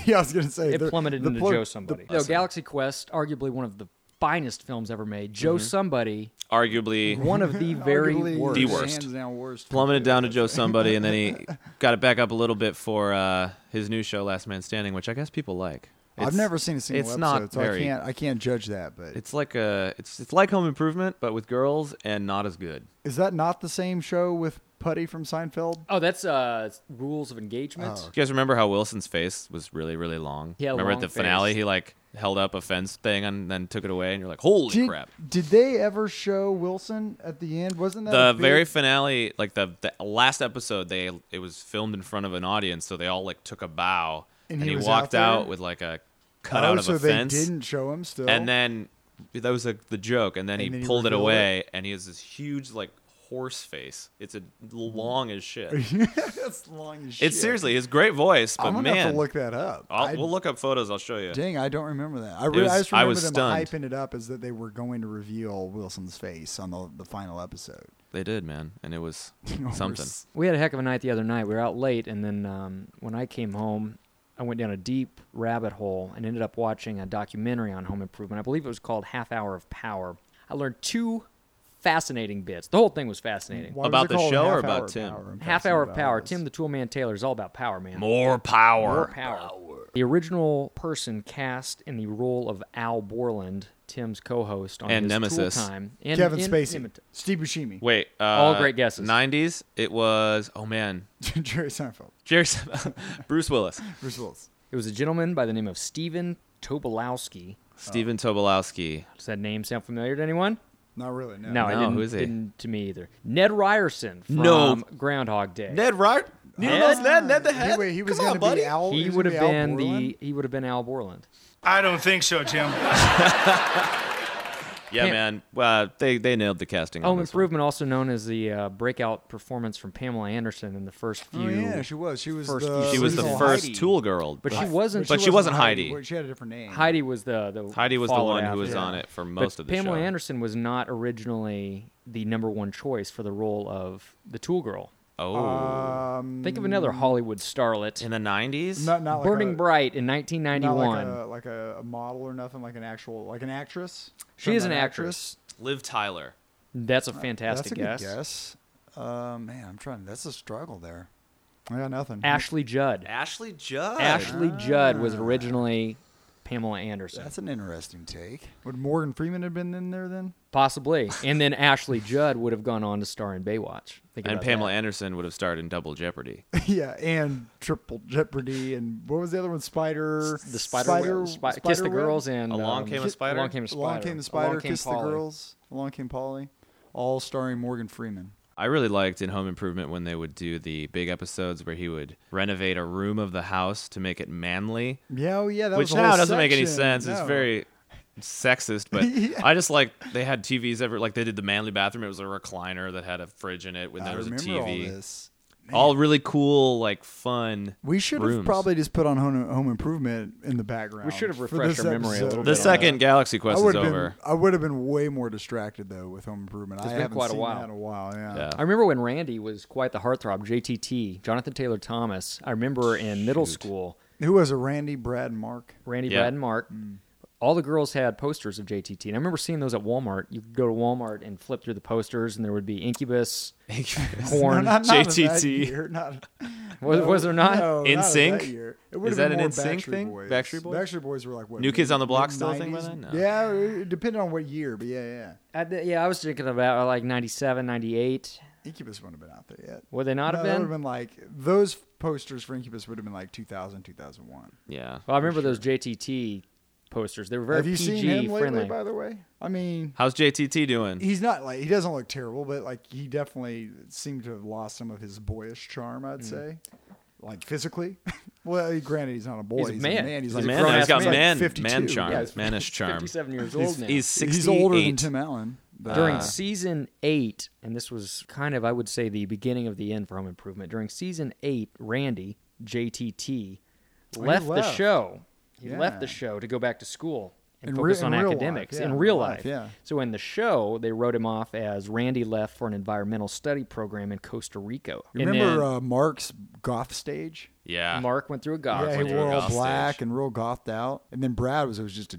[SPEAKER 3] Yeah, I was gonna say
[SPEAKER 2] It
[SPEAKER 3] the-
[SPEAKER 2] plummeted
[SPEAKER 3] the
[SPEAKER 2] into
[SPEAKER 3] plug-
[SPEAKER 2] Joe
[SPEAKER 3] the-
[SPEAKER 2] Somebody. No, Galaxy Quest, arguably one of the finest films ever made. Joe Somebody,
[SPEAKER 1] Arguably
[SPEAKER 2] one of the very
[SPEAKER 3] Arguably
[SPEAKER 2] worst.
[SPEAKER 1] The worst.
[SPEAKER 3] Hands down worst.
[SPEAKER 1] plummeted down to Joe Somebody, and then he got it back up a little bit for uh, his new show, Last Man Standing, which I guess people like.
[SPEAKER 3] I've
[SPEAKER 1] It's-
[SPEAKER 3] never seen a single
[SPEAKER 1] it's
[SPEAKER 3] episode,
[SPEAKER 1] not
[SPEAKER 3] so
[SPEAKER 1] very-
[SPEAKER 3] I can't I can't judge that. But
[SPEAKER 1] It's like a it's it's like Home Improvement, but with girls and not as good.
[SPEAKER 3] is that not the same show with Putty from Seinfeld?
[SPEAKER 2] Oh, that's uh, rules of engagement.
[SPEAKER 3] Oh,
[SPEAKER 1] Do you guys remember how Wilson's face was really, really long?
[SPEAKER 2] He had a
[SPEAKER 1] remember
[SPEAKER 2] long
[SPEAKER 1] at the
[SPEAKER 2] face.
[SPEAKER 1] finale, he like held up a fence thing and then took it away, and you're like, holy
[SPEAKER 3] Did,
[SPEAKER 1] crap!
[SPEAKER 3] did they ever show Wilson at the end? Wasn't that
[SPEAKER 1] The
[SPEAKER 3] a big-
[SPEAKER 1] very finale, like the, the last episode, they it was filmed in front of an audience, so they all like took a bow,
[SPEAKER 3] And
[SPEAKER 1] and,
[SPEAKER 3] he
[SPEAKER 1] he,
[SPEAKER 3] was
[SPEAKER 1] walked
[SPEAKER 3] out
[SPEAKER 1] out,
[SPEAKER 3] there?
[SPEAKER 1] with like a
[SPEAKER 3] oh,
[SPEAKER 1] cutout of
[SPEAKER 3] so
[SPEAKER 1] a
[SPEAKER 3] they
[SPEAKER 1] fence,
[SPEAKER 3] didn't show him still.
[SPEAKER 1] and then that was like the joke, and then he
[SPEAKER 3] then he
[SPEAKER 1] pulled it
[SPEAKER 3] revealed
[SPEAKER 1] away, and he has this huge like horse face. It's a
[SPEAKER 3] Mm-hmm.
[SPEAKER 1] long as shit.
[SPEAKER 3] that's long as shit.
[SPEAKER 1] It's seriously his great voice, but
[SPEAKER 3] I'm gonna
[SPEAKER 1] man,
[SPEAKER 3] have to look that up.
[SPEAKER 1] I'll,
[SPEAKER 3] I-
[SPEAKER 1] we'll look up photos. I'll show you.
[SPEAKER 3] Dang, I don't remember that. I, re-
[SPEAKER 1] was-
[SPEAKER 3] I just
[SPEAKER 1] I
[SPEAKER 3] remember
[SPEAKER 1] was
[SPEAKER 3] them
[SPEAKER 1] stunned.
[SPEAKER 3] hyping it up as that they were going to reveal Wilson's face on the, the final episode.
[SPEAKER 1] They did, man, and it was
[SPEAKER 3] We're
[SPEAKER 1] something.
[SPEAKER 3] s-
[SPEAKER 2] We had a heck of a night the other night. We were out late, and then um, when I came home, I went down a deep rabbit hole and ended up watching a documentary on home improvement. I believe it was called Half Hour of Power. I learned two fascinating bits. The whole thing was fascinating.
[SPEAKER 3] Why was
[SPEAKER 1] About
[SPEAKER 3] it
[SPEAKER 1] the
[SPEAKER 3] called
[SPEAKER 1] show or
[SPEAKER 3] Half
[SPEAKER 1] about
[SPEAKER 3] Hour of
[SPEAKER 1] Tim?
[SPEAKER 3] Power?
[SPEAKER 2] Half
[SPEAKER 3] I'm fascinated
[SPEAKER 2] Hour of
[SPEAKER 3] by
[SPEAKER 2] Power.
[SPEAKER 3] this.
[SPEAKER 2] Tim the Toolman Taylor is all about power, man.
[SPEAKER 1] More power.
[SPEAKER 2] More power. The original person cast in the role of Al Borland, Tim's co-host on
[SPEAKER 1] And
[SPEAKER 2] his
[SPEAKER 1] Nemesis.
[SPEAKER 2] Tool Time, and
[SPEAKER 3] Kevin
[SPEAKER 2] and-
[SPEAKER 3] Spacey,
[SPEAKER 2] and-
[SPEAKER 3] Steve Buscemi,
[SPEAKER 1] Wait, uh,
[SPEAKER 2] All great guesses.
[SPEAKER 1] Nineties. It was oh man,
[SPEAKER 3] Jerry Seinfeld,
[SPEAKER 1] Jerry, Bruce Willis,
[SPEAKER 3] Bruce Willis.
[SPEAKER 2] It was a gentleman by the name of Stephen Tobolowsky.
[SPEAKER 1] Stephen Tobolowsky.
[SPEAKER 2] Does that name sound familiar to anyone?
[SPEAKER 3] Not really. Uh, No.
[SPEAKER 2] No, it
[SPEAKER 1] No,
[SPEAKER 2] didn't,
[SPEAKER 1] who is he?
[SPEAKER 2] didn't to me either. Ned Ryerson from
[SPEAKER 1] No.
[SPEAKER 2] Groundhog Day.
[SPEAKER 1] Wright.
[SPEAKER 2] Ned? knows Ned?
[SPEAKER 1] the
[SPEAKER 3] He, wait, he was going to be Al.
[SPEAKER 2] he
[SPEAKER 3] was
[SPEAKER 2] would have
[SPEAKER 3] gonna be Al
[SPEAKER 2] been
[SPEAKER 3] Borland?
[SPEAKER 2] the he would have been Al Borland.
[SPEAKER 4] I don't think so, Tim.
[SPEAKER 1] Yeah,
[SPEAKER 2] Pam-
[SPEAKER 1] man. Uh, they they nailed the casting. on
[SPEAKER 2] Home
[SPEAKER 1] this one.
[SPEAKER 2] Improvement, also known as the uh, breakout performance from Pamela Anderson in the first few.
[SPEAKER 3] Oh, yeah, she was. She was
[SPEAKER 2] E first E
[SPEAKER 3] the
[SPEAKER 2] few
[SPEAKER 1] She was the
[SPEAKER 3] original
[SPEAKER 1] first
[SPEAKER 3] Heidi.
[SPEAKER 1] Tool girl,
[SPEAKER 2] But she wasn't-
[SPEAKER 1] But she wasn't Heidi.
[SPEAKER 3] Well, She had a different name.
[SPEAKER 2] Heidi was the, the
[SPEAKER 1] Heidi was the
[SPEAKER 2] fallout
[SPEAKER 1] one who
[SPEAKER 2] after
[SPEAKER 1] was
[SPEAKER 2] that.
[SPEAKER 1] on it for most
[SPEAKER 2] but
[SPEAKER 1] of the
[SPEAKER 2] Pamela
[SPEAKER 1] show.
[SPEAKER 2] Anderson was not originally the number one choice for the role of the Tool Girl.
[SPEAKER 1] Oh,
[SPEAKER 3] uh,
[SPEAKER 2] Think of another Hollywood starlet,
[SPEAKER 1] in the nineties.
[SPEAKER 3] Not, not like
[SPEAKER 2] Burning
[SPEAKER 3] a,
[SPEAKER 2] Bright in
[SPEAKER 3] Not
[SPEAKER 2] 1991.
[SPEAKER 3] like a, like a model or nothing. Like an actual, like an actress.
[SPEAKER 2] She is an
[SPEAKER 1] Liv Tyler.
[SPEAKER 2] That's a
[SPEAKER 3] That's
[SPEAKER 2] fantastic
[SPEAKER 3] a
[SPEAKER 2] guess.
[SPEAKER 3] good guess. Uh, man, I'm trying. That's a struggle there. I got nothing.
[SPEAKER 2] Ashley Judd.
[SPEAKER 3] Ah.
[SPEAKER 1] Ashley Judd.
[SPEAKER 2] Ashley Judd was originally Pamela Anderson,
[SPEAKER 3] That's an interesting take. Would Morgan Freeman have been in there then?
[SPEAKER 2] possibly, and then Ashley Judd would have gone on to star in Baywatch. Think
[SPEAKER 1] and
[SPEAKER 2] about
[SPEAKER 1] Pamela
[SPEAKER 2] that.
[SPEAKER 1] Anderson would have starred in Double Jeopardy.
[SPEAKER 3] yeah, and Triple Jeopardy, and what was the other one? Spider.
[SPEAKER 2] the Spider, Web, Spi- Kiss the
[SPEAKER 3] Spider Web?
[SPEAKER 2] Girls, and
[SPEAKER 1] Along
[SPEAKER 2] um,
[SPEAKER 1] Came a
[SPEAKER 2] Kiss-
[SPEAKER 1] Spider?
[SPEAKER 2] Along came a spider.
[SPEAKER 3] Along Came the Spider,
[SPEAKER 2] Along Came
[SPEAKER 3] Kiss
[SPEAKER 2] Polly.
[SPEAKER 3] the Girls, Along Came Polly, all starring Morgan Freeman.
[SPEAKER 1] I really liked in Home Improvement when they would do the big episodes where he would renovate a room of the house to make it manly,
[SPEAKER 3] Yeah, oh yeah, that
[SPEAKER 1] which
[SPEAKER 3] was a whole
[SPEAKER 1] now doesn't make any
[SPEAKER 3] section.
[SPEAKER 1] sense.
[SPEAKER 3] No.
[SPEAKER 1] It's very sexist, but I just like they had TVs every like they did the manly bathroom. It was a recliner that had a fridge in it, when
[SPEAKER 3] I
[SPEAKER 1] there was a
[SPEAKER 3] remember
[SPEAKER 1] TV.
[SPEAKER 3] all this.
[SPEAKER 1] All really cool, like fun.
[SPEAKER 3] We should have
[SPEAKER 1] rooms.
[SPEAKER 3] probably just put on Home, Home Improvement in the background.
[SPEAKER 2] We should have
[SPEAKER 3] for
[SPEAKER 2] refreshed
[SPEAKER 3] this
[SPEAKER 2] our memory a
[SPEAKER 3] episode.
[SPEAKER 2] little
[SPEAKER 1] the
[SPEAKER 2] bit on that.
[SPEAKER 1] second Galaxy Quest
[SPEAKER 3] I
[SPEAKER 1] is
[SPEAKER 3] would have
[SPEAKER 1] over.
[SPEAKER 3] been. I would have been way more distracted though with Home Improvement. I
[SPEAKER 2] been
[SPEAKER 3] haven't
[SPEAKER 2] quite a
[SPEAKER 3] seen
[SPEAKER 2] while.
[SPEAKER 3] that in a while. Yeah.
[SPEAKER 1] Yeah.
[SPEAKER 2] I remember when Randy was quite the heartthrob, JTT, Jonathan Taylor Thomas. I remember in middle school,
[SPEAKER 3] Who was it? Randy, Brad, and Mark.
[SPEAKER 2] Randy,
[SPEAKER 1] Yeah.
[SPEAKER 2] Brad, and Mark.
[SPEAKER 3] Mm.
[SPEAKER 2] All the girls had posters of JTT, and I remember seeing those at Walmart. You could go to Walmart and flip through the posters, and there would be Incubus, Corn.
[SPEAKER 3] Not, not of that
[SPEAKER 1] JTT.
[SPEAKER 3] year, not-
[SPEAKER 2] was, was there not?
[SPEAKER 3] No,
[SPEAKER 1] In
[SPEAKER 3] not of
[SPEAKER 1] sync?
[SPEAKER 3] That year. It would
[SPEAKER 1] Is
[SPEAKER 3] have
[SPEAKER 1] that an
[SPEAKER 3] been more
[SPEAKER 1] In Sync
[SPEAKER 3] Backstreet
[SPEAKER 1] thing?
[SPEAKER 3] Boys.
[SPEAKER 1] Backstreet Boys?
[SPEAKER 3] Backstreet Boys were like what?
[SPEAKER 1] New Kids on the Block still a thing by
[SPEAKER 3] mid-nineties?
[SPEAKER 1] then? No.
[SPEAKER 3] Yeah, it depended on what year, but yeah, yeah.
[SPEAKER 2] I, th- yeah, I was thinking about uh, like 97, 98.
[SPEAKER 3] Incubus wouldn't have been out there yet.
[SPEAKER 2] Would they not
[SPEAKER 3] No,
[SPEAKER 2] have
[SPEAKER 3] that
[SPEAKER 2] been?
[SPEAKER 3] would have been like those posters for Incubus would have been like 2000, 2001.
[SPEAKER 1] yeah.
[SPEAKER 2] Well, I remember those JTT posters. They were very
[SPEAKER 3] have you
[SPEAKER 2] PG
[SPEAKER 3] seen him
[SPEAKER 2] friendly.
[SPEAKER 3] lately? By the way, I mean,
[SPEAKER 1] How's JTT doing?
[SPEAKER 3] he's not like he doesn't look terrible, but like he definitely seemed to have lost some of his boyish charm. I'd
[SPEAKER 2] Mm-hmm.
[SPEAKER 3] say, like physically. well, granted, he's not a boy.
[SPEAKER 2] He's a man.
[SPEAKER 3] He's,
[SPEAKER 2] He's
[SPEAKER 3] like
[SPEAKER 2] a
[SPEAKER 1] man,
[SPEAKER 2] grown-ass
[SPEAKER 1] he's got
[SPEAKER 2] man.
[SPEAKER 1] man,
[SPEAKER 3] 52.
[SPEAKER 1] man charm,
[SPEAKER 2] Yeah, he's
[SPEAKER 1] manish charm.
[SPEAKER 2] 57 years old
[SPEAKER 1] He's,
[SPEAKER 2] now.
[SPEAKER 1] he's uh, 68.
[SPEAKER 3] He's older than Tim Allen. but- uh,
[SPEAKER 2] during season eight, and this was kind of, I would say, the beginning of the end for Home Improvement. During season eight, Randy JTT left, the
[SPEAKER 3] Oh, left.
[SPEAKER 2] show. He left the
[SPEAKER 3] Yeah.
[SPEAKER 2] show to go back to school and
[SPEAKER 3] In re-
[SPEAKER 2] focus
[SPEAKER 3] in
[SPEAKER 2] on
[SPEAKER 3] real life,
[SPEAKER 2] academics
[SPEAKER 3] yeah,
[SPEAKER 2] in real life.
[SPEAKER 3] yeah.
[SPEAKER 2] So in the show, they wrote him off as Randy left for an environmental study program in Costa Rica.
[SPEAKER 3] You
[SPEAKER 2] And
[SPEAKER 3] remember
[SPEAKER 2] then
[SPEAKER 3] uh, Mark's goth stage?
[SPEAKER 1] Yeah.
[SPEAKER 2] Mark went through a goth.
[SPEAKER 3] yeah,
[SPEAKER 1] went
[SPEAKER 3] he
[SPEAKER 1] to a
[SPEAKER 3] wore all
[SPEAKER 1] goth
[SPEAKER 3] black
[SPEAKER 1] stage.
[SPEAKER 3] and real gothed out. And then Brad was, was just a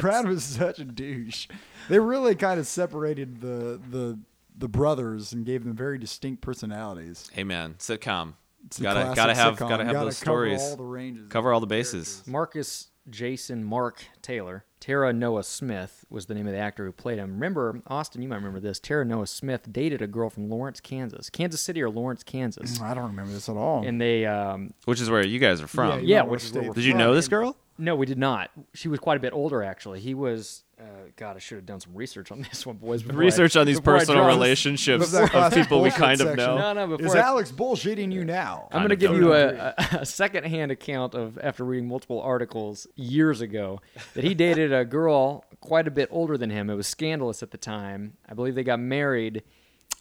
[SPEAKER 3] Brad was such a douche. They really kind of separated the the the brothers and gave them very distinct personalities.
[SPEAKER 1] Hey man, sitcom.
[SPEAKER 3] It's a
[SPEAKER 1] Gotta
[SPEAKER 3] classic
[SPEAKER 1] gotta have
[SPEAKER 3] sitcom.
[SPEAKER 1] gotta have those
[SPEAKER 3] cover
[SPEAKER 1] stories.
[SPEAKER 3] All the ranges.
[SPEAKER 1] Cover all the bases.
[SPEAKER 2] Marcus Jason Mark Taylor. Tara Noah Smith was the name of the actor who played him. Remember, Austin, you might remember this. Tara Noah Smith dated a girl from Lawrence, Kansas. Kansas City or Lawrence, Kansas.
[SPEAKER 3] I don't remember this at all.
[SPEAKER 2] And they, um,
[SPEAKER 1] Which is where you guys are from.
[SPEAKER 2] yeah,
[SPEAKER 3] might wanna
[SPEAKER 2] which is
[SPEAKER 3] stay
[SPEAKER 2] where we're
[SPEAKER 1] um, Did you know this girl?
[SPEAKER 2] no, we did not. She was quite a bit older, actually. He was, uh, God, I should have done some research on this one, boys. before I-
[SPEAKER 1] Research on these
[SPEAKER 2] before I
[SPEAKER 1] personal
[SPEAKER 2] draw-
[SPEAKER 1] relationships
[SPEAKER 3] This is that
[SPEAKER 1] of
[SPEAKER 3] classic
[SPEAKER 1] people we
[SPEAKER 3] bullshit
[SPEAKER 1] kind of
[SPEAKER 3] section.
[SPEAKER 1] know.
[SPEAKER 2] No, no, before
[SPEAKER 3] Is
[SPEAKER 2] I-
[SPEAKER 3] Alex bullshitting you now?
[SPEAKER 2] I'm
[SPEAKER 1] Kind
[SPEAKER 2] going to
[SPEAKER 1] of
[SPEAKER 2] give
[SPEAKER 1] don't
[SPEAKER 2] you
[SPEAKER 1] know.
[SPEAKER 2] a, a, a secondhand account of after reading multiple articles years ago that he dated a girl quite a bit older than him. It was scandalous at the time. I believe they got married,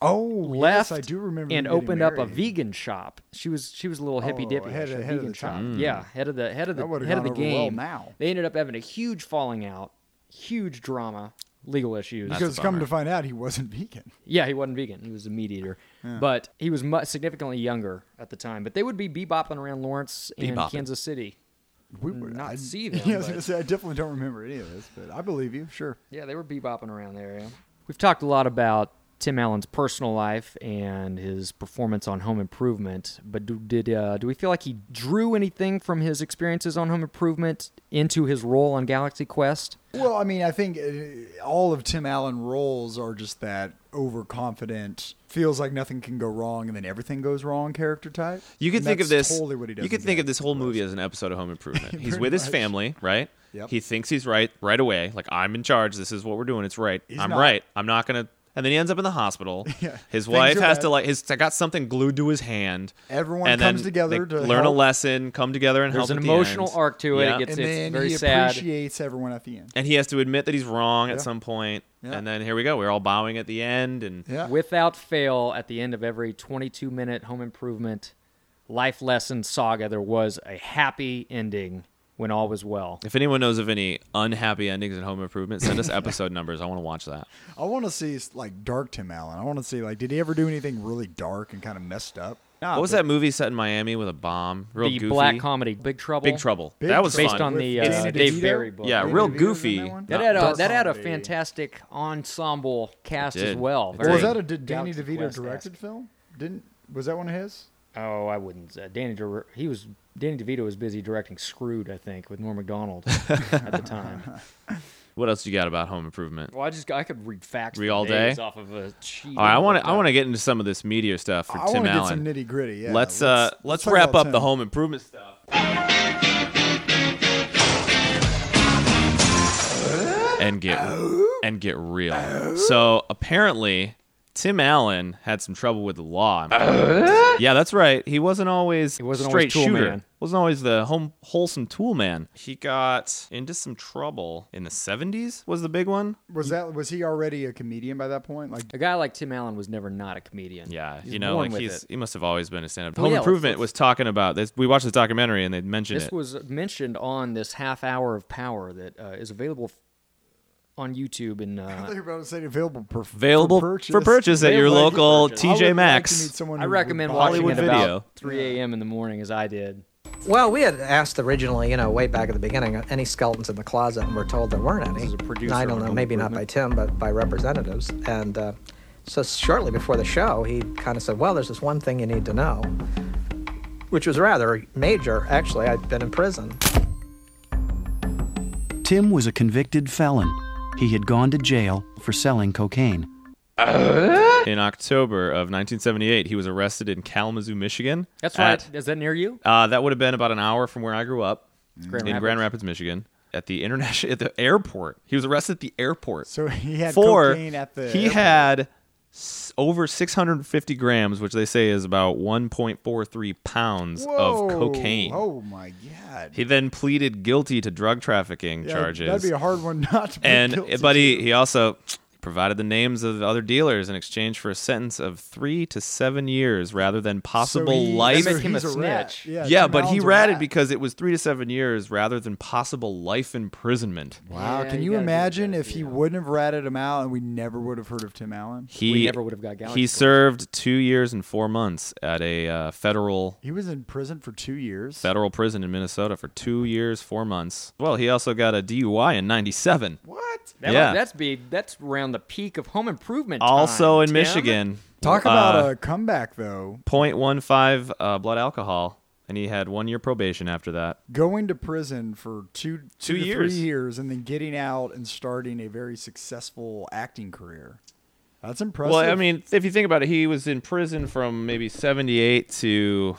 [SPEAKER 3] Oh,
[SPEAKER 2] left,
[SPEAKER 3] yes, I do remember.
[SPEAKER 2] and
[SPEAKER 3] them getting
[SPEAKER 2] opened up a
[SPEAKER 3] married.
[SPEAKER 2] vegan shop. She was she was a little hippy
[SPEAKER 3] Oh,
[SPEAKER 2] dippy.
[SPEAKER 3] head-
[SPEAKER 2] she had a
[SPEAKER 3] head of
[SPEAKER 2] vegan
[SPEAKER 3] the
[SPEAKER 2] shop.
[SPEAKER 3] time.
[SPEAKER 2] Yeah, head of the head of the
[SPEAKER 3] That would've
[SPEAKER 2] head of the
[SPEAKER 3] gone over well
[SPEAKER 2] game.
[SPEAKER 3] now.
[SPEAKER 2] They ended up having a huge falling out, huge drama, legal issues.
[SPEAKER 3] Because come to find out, he wasn't vegan.
[SPEAKER 2] Yeah, he wasn't vegan. He was a meat eater, but he was mu- significantly younger at the time. But they would be bebopping around Lawrence and
[SPEAKER 1] Bebopping.
[SPEAKER 2] Kansas City.
[SPEAKER 3] we would
[SPEAKER 2] not
[SPEAKER 3] I,
[SPEAKER 2] see them,
[SPEAKER 3] Yeah, I was
[SPEAKER 2] but-
[SPEAKER 3] gonna say I definitely don't remember any of this, but I believe you. Sure.
[SPEAKER 2] Yeah, they were bebopping around there. Yeah. We've talked a lot about Tim Allen's personal life and his performance on Home Improvement, but do, did uh, do we feel like he drew anything from his experiences on Home Improvement into his role on Galaxy Quest?
[SPEAKER 3] Well, I mean, I think uh, all of Tim Allen roles are just that overconfident, feels like nothing can go wrong, and then everything goes wrong character type.
[SPEAKER 1] You could
[SPEAKER 3] And
[SPEAKER 1] think of
[SPEAKER 3] that's
[SPEAKER 1] this.
[SPEAKER 3] Totally what he does
[SPEAKER 1] you could
[SPEAKER 3] in
[SPEAKER 1] think
[SPEAKER 3] that.
[SPEAKER 1] of this whole movie as an episode of Home Improvement. he's
[SPEAKER 3] Pretty
[SPEAKER 1] with his
[SPEAKER 3] much.
[SPEAKER 1] family, right?
[SPEAKER 3] Yep.
[SPEAKER 1] He thinks he's right right away. Like I'm in charge. This is what we're doing. It's right.
[SPEAKER 3] He's
[SPEAKER 1] I'm
[SPEAKER 3] not.
[SPEAKER 1] right. I'm not gonna and then he ends up in the hospital.
[SPEAKER 3] Yeah.
[SPEAKER 1] His
[SPEAKER 3] Things
[SPEAKER 1] wife
[SPEAKER 3] are
[SPEAKER 1] has
[SPEAKER 3] bad.
[SPEAKER 1] to like his I got something glued to his hand.
[SPEAKER 3] Everyone
[SPEAKER 1] and
[SPEAKER 3] comes
[SPEAKER 1] then
[SPEAKER 3] together
[SPEAKER 1] they
[SPEAKER 3] to
[SPEAKER 1] learn
[SPEAKER 3] help.
[SPEAKER 1] a lesson, come together and
[SPEAKER 2] There's
[SPEAKER 1] help.
[SPEAKER 2] an
[SPEAKER 1] at the
[SPEAKER 2] emotional
[SPEAKER 1] end.
[SPEAKER 2] arc to it.
[SPEAKER 1] Yeah.
[SPEAKER 2] It gets
[SPEAKER 3] and
[SPEAKER 2] it's
[SPEAKER 3] then
[SPEAKER 2] very
[SPEAKER 3] he
[SPEAKER 2] sad.
[SPEAKER 3] appreciates everyone at the end.
[SPEAKER 1] and he has to admit that he's wrong at some point.
[SPEAKER 3] Yeah.
[SPEAKER 1] And then here we go. We're all bowing at the end, and
[SPEAKER 3] Yeah.
[SPEAKER 2] Without fail, at the end of every 22 minute home improvement life lesson saga, there was a happy ending when all was well.
[SPEAKER 1] if anyone knows of any unhappy endings in Home Improvement, send us episode numbers. I want to watch that.
[SPEAKER 3] I want to see like dark Tim Allen. I want to see like did he ever do anything really dark and kind of messed up? Nah,
[SPEAKER 1] What was
[SPEAKER 3] Ah, but
[SPEAKER 1] that movie set in Miami with a bomb? Real
[SPEAKER 2] the
[SPEAKER 1] goofy.
[SPEAKER 2] black comedy, Big Trouble.
[SPEAKER 1] Big Trouble.
[SPEAKER 3] Big
[SPEAKER 1] that was
[SPEAKER 3] Trouble
[SPEAKER 2] Based
[SPEAKER 1] fun.
[SPEAKER 2] on the
[SPEAKER 3] with
[SPEAKER 2] uh,
[SPEAKER 3] Danny
[SPEAKER 2] Dave
[SPEAKER 3] DeVito?
[SPEAKER 2] Barry book.
[SPEAKER 1] yeah,
[SPEAKER 3] Danny
[SPEAKER 1] real
[SPEAKER 3] DeVito's in
[SPEAKER 1] goofy.
[SPEAKER 3] that one?
[SPEAKER 2] That
[SPEAKER 1] Not
[SPEAKER 2] had a
[SPEAKER 3] dark
[SPEAKER 2] that had a
[SPEAKER 3] comedy.
[SPEAKER 2] fantastic ensemble cast
[SPEAKER 1] It
[SPEAKER 2] as
[SPEAKER 1] did. It
[SPEAKER 2] well.
[SPEAKER 3] Well,
[SPEAKER 2] Very-
[SPEAKER 3] Oh, was that a did Danny
[SPEAKER 2] Galaxy
[SPEAKER 3] DeVito
[SPEAKER 2] Quest-esque.
[SPEAKER 3] directed film? Didn't was that one of his?
[SPEAKER 2] Oh, I wouldn't. Uh, Danny De, he was Danny DeVito was busy directing Screwed, I think, with Norm Macdonald at the time.
[SPEAKER 1] What else you got about Home Improvement?
[SPEAKER 2] Well, I just I could read facts
[SPEAKER 1] Read
[SPEAKER 2] for
[SPEAKER 1] all
[SPEAKER 2] days
[SPEAKER 1] day?
[SPEAKER 2] off of a sheet.
[SPEAKER 1] All right, I want
[SPEAKER 2] But,
[SPEAKER 1] to I
[SPEAKER 2] uh,
[SPEAKER 1] want to get into some of this media stuff for
[SPEAKER 3] I
[SPEAKER 1] Tim
[SPEAKER 3] want to get
[SPEAKER 1] Allen.
[SPEAKER 3] some nitty gritty. Yeah,
[SPEAKER 1] let's uh let's,
[SPEAKER 3] talk
[SPEAKER 1] wrap
[SPEAKER 3] about
[SPEAKER 1] up the
[SPEAKER 3] Tim.
[SPEAKER 1] Home Improvement stuff. And get and get real. So apparently, Tim Allen had some trouble with the law. Yeah, that's right. He wasn't always he
[SPEAKER 2] wasn't always
[SPEAKER 1] straight
[SPEAKER 2] tool
[SPEAKER 1] shooter.
[SPEAKER 2] man.
[SPEAKER 1] Wasn't always the home wholesome tool man. He got into some trouble in the '70s. Was the big one.
[SPEAKER 3] Was that was he already a comedian by that point? Like
[SPEAKER 2] A guy like Tim Allen was never not a comedian.
[SPEAKER 1] Yeah,
[SPEAKER 2] He's
[SPEAKER 1] you know,
[SPEAKER 2] born
[SPEAKER 1] like
[SPEAKER 2] with
[SPEAKER 1] he's
[SPEAKER 2] it.
[SPEAKER 1] he must have always been a stand-up.
[SPEAKER 2] Well,
[SPEAKER 1] Home
[SPEAKER 2] yeah, let's-
[SPEAKER 1] Improvement
[SPEAKER 2] let's-
[SPEAKER 1] was talking about this. We watched this documentary and they mentioned
[SPEAKER 2] This
[SPEAKER 1] it.
[SPEAKER 2] was mentioned on this half hour of power that uh, is available f- on YouTube and
[SPEAKER 3] I
[SPEAKER 2] uh,
[SPEAKER 3] thought you were about to say available per,
[SPEAKER 1] available
[SPEAKER 3] for purchase,
[SPEAKER 1] at your
[SPEAKER 2] Available
[SPEAKER 1] local
[SPEAKER 2] for purchase.
[SPEAKER 3] I would like
[SPEAKER 1] TJ
[SPEAKER 3] to
[SPEAKER 1] Maxx.
[SPEAKER 3] meet someone
[SPEAKER 2] I
[SPEAKER 3] who would
[SPEAKER 2] recommend
[SPEAKER 3] buy
[SPEAKER 2] watching
[SPEAKER 1] Hollywood
[SPEAKER 2] it about
[SPEAKER 1] Video.
[SPEAKER 2] 3 a.m. in the morning as I did.
[SPEAKER 6] Well, we had asked originally, you know, way back at the beginning, uh, any skeletons in the closet, and we're told there weren't any.
[SPEAKER 2] is a producer
[SPEAKER 6] I don't
[SPEAKER 2] on
[SPEAKER 6] know,
[SPEAKER 2] Home
[SPEAKER 6] maybe not by Tim, but by representatives. And uh, so shortly before the show, he kind of said, "Well, there's this one thing you need to know," which was rather major. Actually, I'd been in prison.
[SPEAKER 10] Tim was a convicted felon. He had gone to jail for selling cocaine.
[SPEAKER 1] In October of 1978, he was arrested in Kalamazoo, Michigan.
[SPEAKER 2] That's
[SPEAKER 1] at-
[SPEAKER 2] right. Is that near you?
[SPEAKER 1] Uh, that would have been about an hour from where I grew up in Grand Rapids, Michigan, at the international at the airport. He was arrested at the airport.
[SPEAKER 3] So he had
[SPEAKER 1] for
[SPEAKER 3] cocaine at the
[SPEAKER 1] he
[SPEAKER 3] airport.
[SPEAKER 1] had s- over 650 grams, which they say is about 1.43 pounds
[SPEAKER 3] Whoa,
[SPEAKER 1] of cocaine.
[SPEAKER 3] Oh my god!
[SPEAKER 1] He then pleaded guilty to drug trafficking
[SPEAKER 3] Yeah,
[SPEAKER 1] charges.
[SPEAKER 3] That'd be a hard one not to. be guilty
[SPEAKER 1] and but
[SPEAKER 3] to.
[SPEAKER 1] he, he also provided the names of the other dealers in exchange for a sentence of three to seven years rather than
[SPEAKER 3] So
[SPEAKER 1] possible
[SPEAKER 3] he-
[SPEAKER 1] life.
[SPEAKER 2] That make him a
[SPEAKER 3] he's rat.
[SPEAKER 2] snitch.
[SPEAKER 3] Yeah,
[SPEAKER 1] yeah,
[SPEAKER 3] Tim
[SPEAKER 1] but he
[SPEAKER 3] Allen's a
[SPEAKER 1] ratted
[SPEAKER 3] rat.
[SPEAKER 1] because it was three to seven years rather than possible life imprisonment.
[SPEAKER 3] Wow,
[SPEAKER 2] Yeah,
[SPEAKER 3] can
[SPEAKER 2] you
[SPEAKER 3] you
[SPEAKER 2] gotta be-
[SPEAKER 3] imagine
[SPEAKER 2] gotta
[SPEAKER 3] if
[SPEAKER 2] be,
[SPEAKER 3] he
[SPEAKER 2] yeah.
[SPEAKER 3] wouldn't have ratted him out and we never would have heard of Tim Allen?
[SPEAKER 1] He
[SPEAKER 2] We never would have got Galaxy
[SPEAKER 1] He
[SPEAKER 2] Quest.
[SPEAKER 1] served two years and four months at a uh, federal
[SPEAKER 3] He was in prison for two years.
[SPEAKER 1] federal prison in Minnesota for two years, four months. Well, he also got a DUI in '97.
[SPEAKER 3] What?
[SPEAKER 2] That
[SPEAKER 1] Yeah.
[SPEAKER 2] was- that's be that's around the peak of home improvement.
[SPEAKER 1] Also
[SPEAKER 2] time,
[SPEAKER 1] in
[SPEAKER 2] Tim.
[SPEAKER 1] Michigan.
[SPEAKER 3] Talk about
[SPEAKER 1] uh,
[SPEAKER 3] a comeback though.
[SPEAKER 1] 0.15 uh, blood alcohol, and he had one year probation after that.
[SPEAKER 3] Going to prison for two,
[SPEAKER 1] Two
[SPEAKER 3] two to
[SPEAKER 1] years.
[SPEAKER 3] three years, and then getting out and starting a very successful acting career. That's impressive.
[SPEAKER 1] Well, I mean, if you think about it, he was in prison from maybe 78 to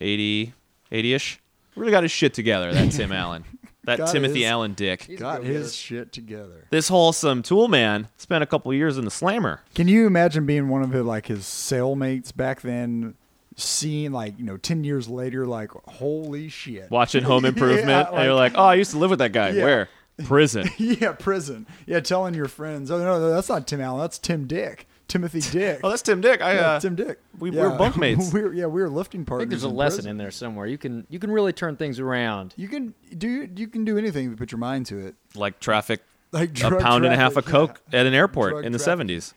[SPEAKER 1] 80, 80 ish. Really got his shit together, that Tim Allen. That
[SPEAKER 3] Got
[SPEAKER 1] Timothy
[SPEAKER 3] his-
[SPEAKER 1] Allen dick.
[SPEAKER 3] got his shit together.
[SPEAKER 1] This wholesome tool man spent a couple years in the slammer.
[SPEAKER 3] Can you imagine being one of his, like his cellmates back then, seeing like you know ten years later, like holy shit,
[SPEAKER 1] Watching Home Improvement, and you're like, oh, I used to live with that guy.
[SPEAKER 3] Yeah.
[SPEAKER 1] Where? Prison.
[SPEAKER 3] yeah, prison, yeah, telling your friends, oh no, no, that's not Tim Allen, that's Tim Dick, Timothy Dick,
[SPEAKER 1] oh, that's Tim Dick. I,
[SPEAKER 3] Yeah,
[SPEAKER 1] uh,
[SPEAKER 3] Tim Dick.
[SPEAKER 1] we-
[SPEAKER 3] yeah.
[SPEAKER 1] we're bunkmates.
[SPEAKER 3] we're, yeah, we were lifting
[SPEAKER 2] I
[SPEAKER 3] partners.
[SPEAKER 2] think there's a
[SPEAKER 3] in
[SPEAKER 2] lesson
[SPEAKER 3] prison.
[SPEAKER 2] in there somewhere. You can you can really turn things around.
[SPEAKER 3] You can do you can do anything if you put your mind to it.
[SPEAKER 1] Like traffic,
[SPEAKER 3] Like
[SPEAKER 1] a
[SPEAKER 3] drug
[SPEAKER 1] pound and a half of
[SPEAKER 3] traffic,
[SPEAKER 1] Coke at an airport
[SPEAKER 3] Drug
[SPEAKER 1] in the
[SPEAKER 3] traffic.
[SPEAKER 1] 70s.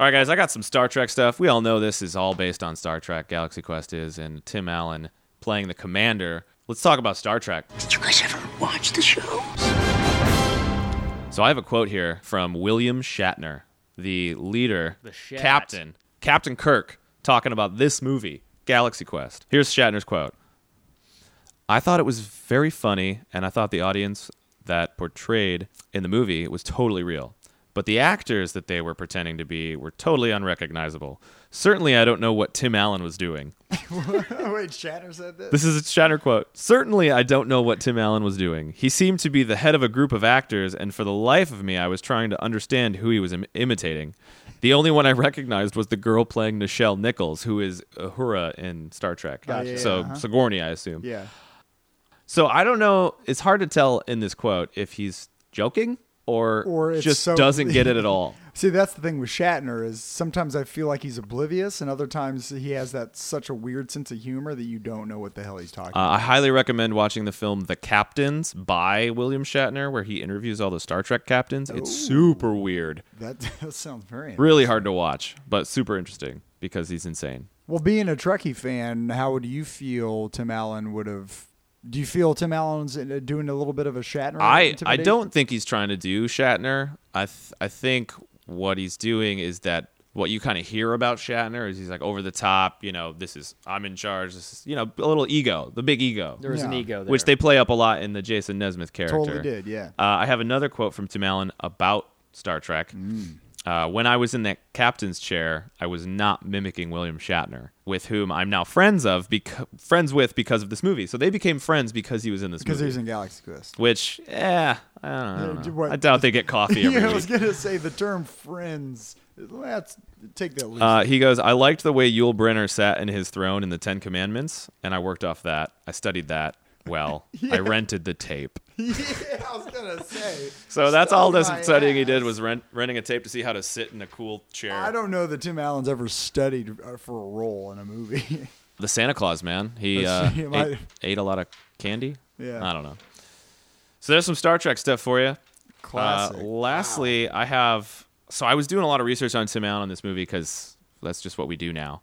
[SPEAKER 1] All right, guys, I got some Star Trek stuff. We all know this is all based on Star Trek, Galaxy Quest is, and Tim Allen playing the commander. Let's talk about Star Trek.
[SPEAKER 9] Did you guys ever watch the show?
[SPEAKER 1] So I have a quote here from William Shatner, the leader, the
[SPEAKER 2] Shat.
[SPEAKER 1] captain, Captain Kirk, talking about this movie, Galaxy Quest. Here's Shatner's quote I thought it was very funny, and I thought the audience that portrayed in the movie was totally real. But the actors that they were pretending to be were totally unrecognizable. Certainly, I don't know what Tim Allen was doing.
[SPEAKER 3] Wait, Shatner said this.
[SPEAKER 1] This is a Shatner quote. Certainly, I don't know what Tim Allen was doing. He seemed to be the head of a group of actors, and for the life of me, I was trying to understand who he was Im- imitating. The only one I recognized was the girl playing Nichelle Nichols, who is Uhura in Star Trek.
[SPEAKER 3] Gotcha.
[SPEAKER 1] So
[SPEAKER 3] Yeah, uh-huh.
[SPEAKER 1] Sigourney, I assume.
[SPEAKER 3] Yeah.
[SPEAKER 1] So I don't know. It's hard to tell in this quote if he's joking or,
[SPEAKER 3] Or it's
[SPEAKER 1] just
[SPEAKER 3] so-
[SPEAKER 1] doesn't get it at all.
[SPEAKER 3] See, that's the thing with Shatner is sometimes I feel like he's oblivious, and other times he has that such a weird sense of humor that you don't know what the hell he's talking.
[SPEAKER 1] Uh, I highly recommend watching the film The Captains by William Shatner, where he interviews all the Star Trek captains. It's
[SPEAKER 3] Oh.
[SPEAKER 1] super weird.
[SPEAKER 3] about. That, that sounds very
[SPEAKER 1] Really hard to watch, but super interesting because he's insane.
[SPEAKER 3] Well, being a Trekkie fan, how would you feel Tim Allen would have? Do you feel Tim Allen's uh, doing a little bit of a Shatner?
[SPEAKER 1] I, I
[SPEAKER 3] intimidation?
[SPEAKER 1] don't think he's trying to do Shatner. I th- I think what he's doing is that what you kind of hear about Shatner is he's like over the top, you know, this is I'm in charge, this is you know, a little ego, the big ego.
[SPEAKER 2] There was an Yeah. ego there.
[SPEAKER 1] Which they play up a lot in the Jason Nesmith character.
[SPEAKER 3] Totally did, yeah.
[SPEAKER 1] Uh, I have another quote from Tim Allen about Star Trek.
[SPEAKER 3] Mm.
[SPEAKER 1] Uh, when I was in that captain's chair, I was not mimicking William Shatner, with whom I'm now friends of, bec- friends with because of this movie. So they became friends because he was in this
[SPEAKER 3] because
[SPEAKER 1] movie.
[SPEAKER 3] he was in Galaxy Quest.
[SPEAKER 1] Which, eh, I don't, I don't
[SPEAKER 3] Yeah,
[SPEAKER 1] know.
[SPEAKER 3] what-
[SPEAKER 1] I doubt they get coffee every
[SPEAKER 3] yeah, I
[SPEAKER 1] week.
[SPEAKER 3] was gonna say the term friends. Let's take that. loosely.
[SPEAKER 1] Uh, he goes, I liked the way Yul Brynner sat in his throne in the Ten Commandments, and I worked off that. I studied that. Well, I rented the tape.
[SPEAKER 3] yeah, I was gonna say.
[SPEAKER 1] So that's all
[SPEAKER 3] Stole
[SPEAKER 1] this
[SPEAKER 3] my
[SPEAKER 1] studying he
[SPEAKER 3] ass.
[SPEAKER 1] did was rent, renting a tape to see how to sit in a cool chair.
[SPEAKER 3] I don't know that Tim Allen's ever studied uh, for a role in a movie.
[SPEAKER 1] the Santa Claus man. He
[SPEAKER 3] Let's
[SPEAKER 1] uh,
[SPEAKER 3] see, am
[SPEAKER 1] ate,
[SPEAKER 3] I-
[SPEAKER 1] ate a lot of candy.
[SPEAKER 3] Yeah.
[SPEAKER 1] I don't know. So there's some Star Trek stuff for you.
[SPEAKER 3] Classic.
[SPEAKER 1] Uh, lastly, I have. So I was doing a lot of research on Tim Allen on this movie because that's just what we do now.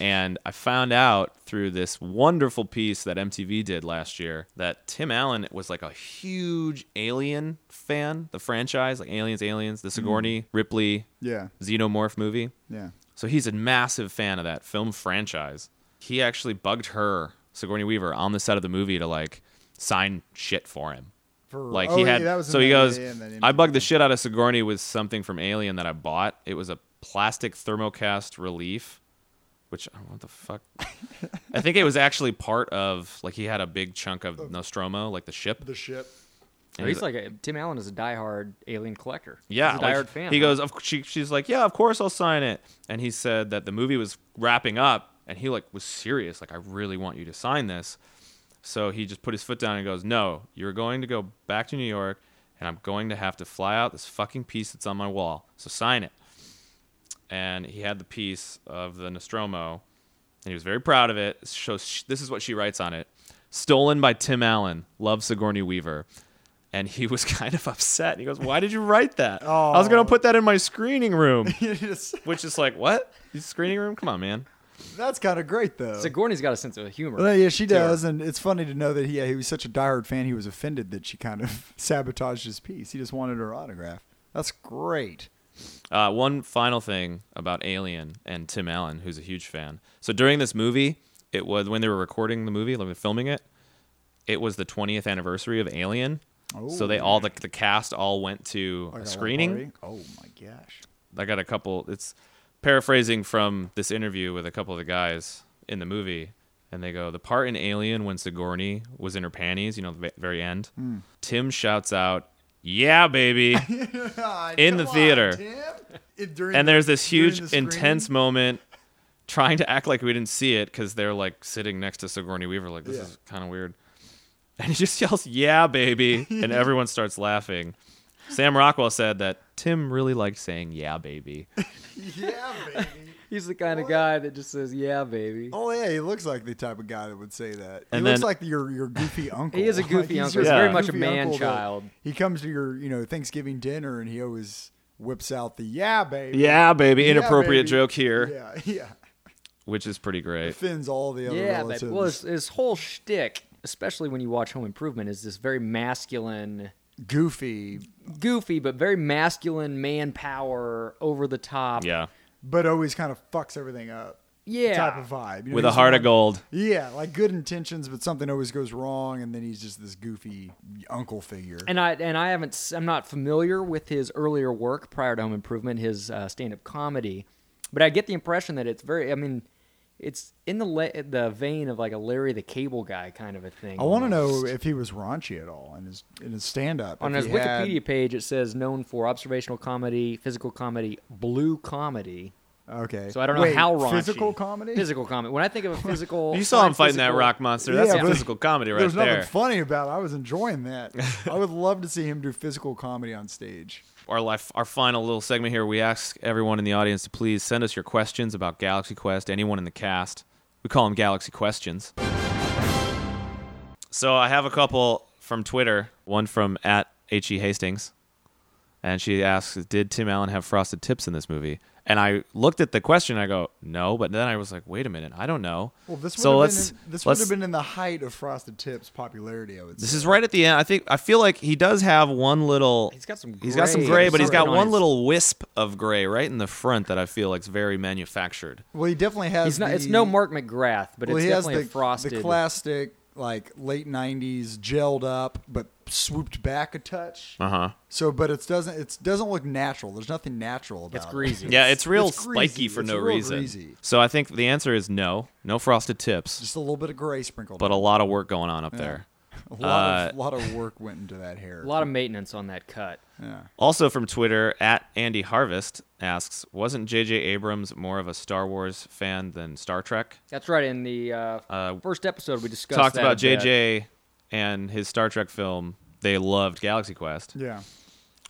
[SPEAKER 1] And I found out through this wonderful piece that MTV did last year that Tim Allen was like a huge Alien fan, the franchise, like Aliens, Aliens, the Sigourney Ripley
[SPEAKER 3] Mm. Yeah.
[SPEAKER 1] Xenomorph movie.
[SPEAKER 3] Yeah.
[SPEAKER 1] So he's a massive fan of that film franchise. He actually bugged her, Sigourney Weaver, on the set of the movie to like sign shit for him.
[SPEAKER 3] For-
[SPEAKER 1] like
[SPEAKER 3] oh,
[SPEAKER 1] he
[SPEAKER 3] yeah,
[SPEAKER 1] had
[SPEAKER 3] that was in
[SPEAKER 1] so he
[SPEAKER 3] that-
[SPEAKER 1] goes
[SPEAKER 3] yeah, yeah, in that
[SPEAKER 1] I
[SPEAKER 3] interview.
[SPEAKER 1] bugged the shit out of Sigourney with something from Alien that I bought. It was a plastic thermocast relief, which uh, what the fuck? I think it was actually part of like he had a big chunk of Nostromo, like the ship.
[SPEAKER 3] the ship.
[SPEAKER 1] And
[SPEAKER 2] he's like a, Tim Allen is a diehard alien collector.
[SPEAKER 1] yeah,
[SPEAKER 2] he's a
[SPEAKER 1] like,
[SPEAKER 2] diehard fan.
[SPEAKER 1] He
[SPEAKER 2] huh?
[SPEAKER 1] goes, of, cou- she, she's like, yeah, of course I'll sign it. And he said that the movie was wrapping up, and he like was serious, like I really want you to sign this. So he just put his foot down and goes, no, you're going to go back to New York, and I'm going to have to fly out this fucking piece that's on my wall. So sign it. And he had the piece of the Nostromo, and he was very proud of it. So sh- this is what she writes on it: "Stolen by Tim Allen. Love Sigourney Weaver." And he was kind of upset. He goes, "Why did you write that? I was gonna put that in my screening room."
[SPEAKER 3] It is-
[SPEAKER 1] Which is like, what? His screening room? Come on, man.
[SPEAKER 3] that's kind of great though.
[SPEAKER 2] Sigourney's got a sense of humor.
[SPEAKER 3] Well, yeah, she
[SPEAKER 2] to her.
[SPEAKER 3] does, and it's funny to know that he, yeah, he was such a diehard fan. He was offended that she kind of sabotaged his piece. He just wanted her autograph. That's great.
[SPEAKER 1] Uh, one final thing about Alien and Tim Allen, who's a huge fan. So during this movie, it was when they were recording the movie, when they were filming it. It was the 20th anniversary of Alien. So they all the, the cast all went to
[SPEAKER 3] I
[SPEAKER 1] a
[SPEAKER 3] got one
[SPEAKER 1] screening.
[SPEAKER 3] party. Oh my gosh.
[SPEAKER 1] I got a couple. It's paraphrasing from this interview with a couple of the guys in the movie, and they go, "The part in Alien when Sigourney was in her panties, you know, the ve- very end."
[SPEAKER 3] Hmm.
[SPEAKER 1] Tim shouts out, "Yeah, baby!" In the theater. and there's this huge, intense moment. Trying to act like we didn't see it because they're like sitting next to Sigourney Weaver, like this
[SPEAKER 3] Yeah.
[SPEAKER 1] is kind of weird. And he just yells, "Yeah, baby!" and everyone starts laughing. Sam Rockwell said that Tim really liked saying "Yeah, baby."
[SPEAKER 3] Yeah, baby.
[SPEAKER 2] He's the kind of guy that just says, "Yeah, baby."
[SPEAKER 3] Oh yeah, he looks like the type of guy that would say that.
[SPEAKER 1] And then-
[SPEAKER 3] he looks like your your goofy uncle.
[SPEAKER 2] He is a
[SPEAKER 3] Like,
[SPEAKER 2] goofy uncle.
[SPEAKER 3] your
[SPEAKER 2] He's very much a
[SPEAKER 3] goofy uncle
[SPEAKER 2] man
[SPEAKER 3] that-
[SPEAKER 2] child.
[SPEAKER 3] He comes to your you know Thanksgiving dinner and he always whips out the yeah baby.
[SPEAKER 1] Yeah, baby.
[SPEAKER 3] Yeah,
[SPEAKER 1] Inappropriate
[SPEAKER 3] baby.
[SPEAKER 1] joke here,
[SPEAKER 3] Yeah, yeah.
[SPEAKER 1] which is pretty great.
[SPEAKER 3] Thins all the other
[SPEAKER 2] Yeah,
[SPEAKER 3] relatives.
[SPEAKER 2] baby. Well, his, his whole shtick, especially when you watch Home Improvement, is this very masculine,
[SPEAKER 3] goofy,
[SPEAKER 2] goofy, but very masculine manpower, over the top.
[SPEAKER 1] Yeah.
[SPEAKER 3] but always kind of fucks everything up.
[SPEAKER 2] Yeah.
[SPEAKER 3] Type of vibe. You know,
[SPEAKER 1] With a
[SPEAKER 3] he's
[SPEAKER 1] heart of
[SPEAKER 3] one-
[SPEAKER 1] gold.
[SPEAKER 3] Yeah, like good intentions, but something always goes wrong, and then he's just this goofy uncle figure.
[SPEAKER 2] And I and I haven't s- I'm not familiar with his earlier work prior to Home Improvement, his uh, stand-up comedy, but I get the impression that it's very I mean it's in the le- the vein of like a Larry the Cable Guy kind of a thing.
[SPEAKER 3] I want to
[SPEAKER 2] almost.
[SPEAKER 3] know if he was raunchy at all in his in his stand up.
[SPEAKER 2] on his Wikipedia page it says known for observational comedy, physical comedy, blue comedy.
[SPEAKER 3] okay.
[SPEAKER 2] So I don't know
[SPEAKER 3] Wait,
[SPEAKER 2] how raunchy.
[SPEAKER 3] Physical comedy.
[SPEAKER 2] Physical comedy. When I think of a physical,
[SPEAKER 1] You saw him
[SPEAKER 2] not
[SPEAKER 1] fighting that
[SPEAKER 2] physical-
[SPEAKER 1] rock monster. That's
[SPEAKER 3] Yeah,
[SPEAKER 1] a
[SPEAKER 3] but-
[SPEAKER 1] physical comedy right
[SPEAKER 3] There's nothing
[SPEAKER 1] there.
[SPEAKER 3] funny about. it. I was enjoying that. I would love to see him do physical comedy on stage.
[SPEAKER 1] our life, our final little segment here. We ask everyone in the audience to please send us your questions about Galaxy Quest. Anyone in the cast, we call them Galaxy Questions. So I have a couple from Twitter. One from at he Hastings, and she asks, "Did Tim Allen have frosted tips in this movie?" And I looked at the question. and I go, "No," but then I was like, "Wait a minute, I don't know."
[SPEAKER 3] Well, this would
[SPEAKER 1] so
[SPEAKER 3] have
[SPEAKER 1] let's
[SPEAKER 3] been in, this
[SPEAKER 1] let's
[SPEAKER 3] would have been in the height of Frosted Tips popularity. I would.
[SPEAKER 1] this
[SPEAKER 3] say.
[SPEAKER 1] is right at the end. I think I feel like he does have one little.
[SPEAKER 2] He's got some
[SPEAKER 1] He's got some
[SPEAKER 2] gray.
[SPEAKER 1] gray, but he's
[SPEAKER 2] Something
[SPEAKER 1] got
[SPEAKER 2] on
[SPEAKER 1] one
[SPEAKER 2] his-
[SPEAKER 1] little wisp of gray right in the front that I feel like is very manufactured.
[SPEAKER 3] Well, he definitely has.
[SPEAKER 2] He's not. It's
[SPEAKER 3] the-
[SPEAKER 2] no Mark McGrath, but
[SPEAKER 3] Well,
[SPEAKER 2] it's
[SPEAKER 3] he has
[SPEAKER 2] definitely
[SPEAKER 3] the
[SPEAKER 2] a frosted.
[SPEAKER 3] the classic like late '90s gelled up, but swooped back a touch.
[SPEAKER 1] Uh huh.
[SPEAKER 3] So, but it doesn't it doesn't look natural. There's nothing natural about
[SPEAKER 2] it's
[SPEAKER 3] it.
[SPEAKER 2] greasy.
[SPEAKER 1] Yeah, it's real
[SPEAKER 3] It's
[SPEAKER 1] spiky
[SPEAKER 3] greasy.
[SPEAKER 1] for
[SPEAKER 3] It's
[SPEAKER 1] no
[SPEAKER 3] real
[SPEAKER 1] reason.
[SPEAKER 3] greasy.
[SPEAKER 1] So I think the answer is no, no frosted tips,
[SPEAKER 3] Just a little bit of gray sprinkled.
[SPEAKER 1] but uh, a lot of work going on up there.
[SPEAKER 3] a lot, of, lot of work went into that hair.
[SPEAKER 2] a lot of maintenance on that cut.
[SPEAKER 1] Also from Twitter, at Andy Harvest asks, wasn't J.J. Abrams more of a Star Wars fan than Star Trek?
[SPEAKER 2] That's right. In the uh,
[SPEAKER 1] Uh,
[SPEAKER 2] first episode, we discussed
[SPEAKER 1] Talked
[SPEAKER 2] that
[SPEAKER 1] about
[SPEAKER 2] a bit.
[SPEAKER 1] J.J. and his Star Trek film. They loved Galaxy Quest.
[SPEAKER 3] yeah.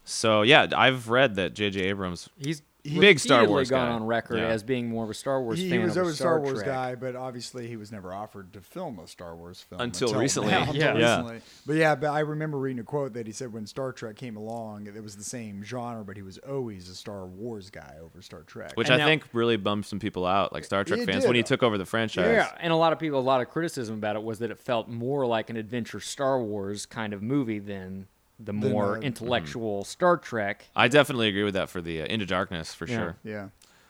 [SPEAKER 1] So yeah, I've read that J.J. Abrams
[SPEAKER 2] He's
[SPEAKER 1] Big Star
[SPEAKER 2] repeatedly
[SPEAKER 1] Wars
[SPEAKER 2] gone
[SPEAKER 1] guy.
[SPEAKER 2] on record
[SPEAKER 1] Yeah.
[SPEAKER 2] as being more of a Star Wars
[SPEAKER 3] He,
[SPEAKER 2] fan.
[SPEAKER 3] was
[SPEAKER 2] over
[SPEAKER 3] always a Star Wars
[SPEAKER 2] Trek.
[SPEAKER 3] guy, but obviously he was never offered to film a Star Wars film
[SPEAKER 1] Until recently.
[SPEAKER 3] now, until
[SPEAKER 2] Yeah.
[SPEAKER 1] Yeah.
[SPEAKER 3] recently. But yeah, but I remember reading a quote that he said when Star Trek came along, it was the same genre, but he was always a Star Wars guy over Star Trek.
[SPEAKER 1] which
[SPEAKER 2] And
[SPEAKER 1] I
[SPEAKER 2] now-
[SPEAKER 1] think really bummed some people out, like Star Trek
[SPEAKER 3] It
[SPEAKER 1] fans,
[SPEAKER 3] did.
[SPEAKER 1] when he took over the franchise.
[SPEAKER 2] Yeah, and a lot of people, a lot of criticism about it was that it felt more like an adventure Star Wars kind of movie than the more
[SPEAKER 1] Mm-hmm.
[SPEAKER 3] uh,
[SPEAKER 2] intellectual Star Trek.
[SPEAKER 1] I definitely agree with that for the uh, Into Darkness for
[SPEAKER 2] Yeah.
[SPEAKER 1] sure.
[SPEAKER 3] yeah,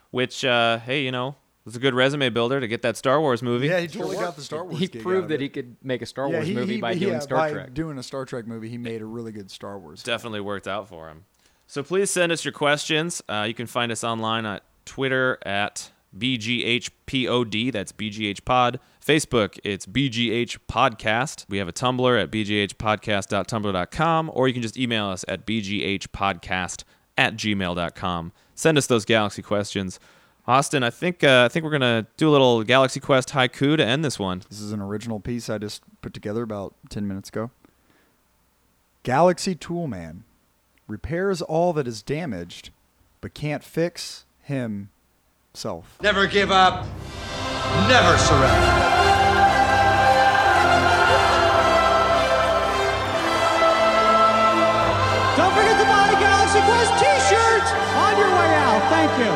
[SPEAKER 1] Which, uh, hey, you know, was a good resume builder to get that Star Wars movie.
[SPEAKER 3] yeah, he totally got the Star Wars.
[SPEAKER 2] He
[SPEAKER 3] gig out
[SPEAKER 2] proved
[SPEAKER 3] of
[SPEAKER 2] that
[SPEAKER 3] it.
[SPEAKER 2] he could make a Star
[SPEAKER 3] yeah,
[SPEAKER 2] Wars
[SPEAKER 3] he,
[SPEAKER 2] movie
[SPEAKER 3] he-
[SPEAKER 2] by
[SPEAKER 3] he-
[SPEAKER 2] doing
[SPEAKER 3] yeah,
[SPEAKER 2] Star
[SPEAKER 3] by
[SPEAKER 2] Trek.
[SPEAKER 3] Doing a Star Trek movie, he made a really good Star Wars. film.
[SPEAKER 1] definitely worked out for him. So please send us your questions. Uh, you can find us online at Twitter at BGHPOD. That's BGH Pod. Facebook, it's BGH Podcast. We have a Tumblr at bghpodcast.tumblr.com, or you can just email us at bghpodcast at gmail.com. Send us those Galaxy questions. Austin, I think uh, I think we're gonna do a little Galaxy Quest haiku to end this one.
[SPEAKER 3] This is an original piece I just put together about 10 minutes ago. Galaxy Toolman repairs all that is damaged, but can't fix himself.
[SPEAKER 4] Never give up. Never surrender.
[SPEAKER 11] Don't forget to buy Galaxy Quest t-shirts on your way out. Thank you.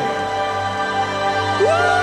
[SPEAKER 11] Woo!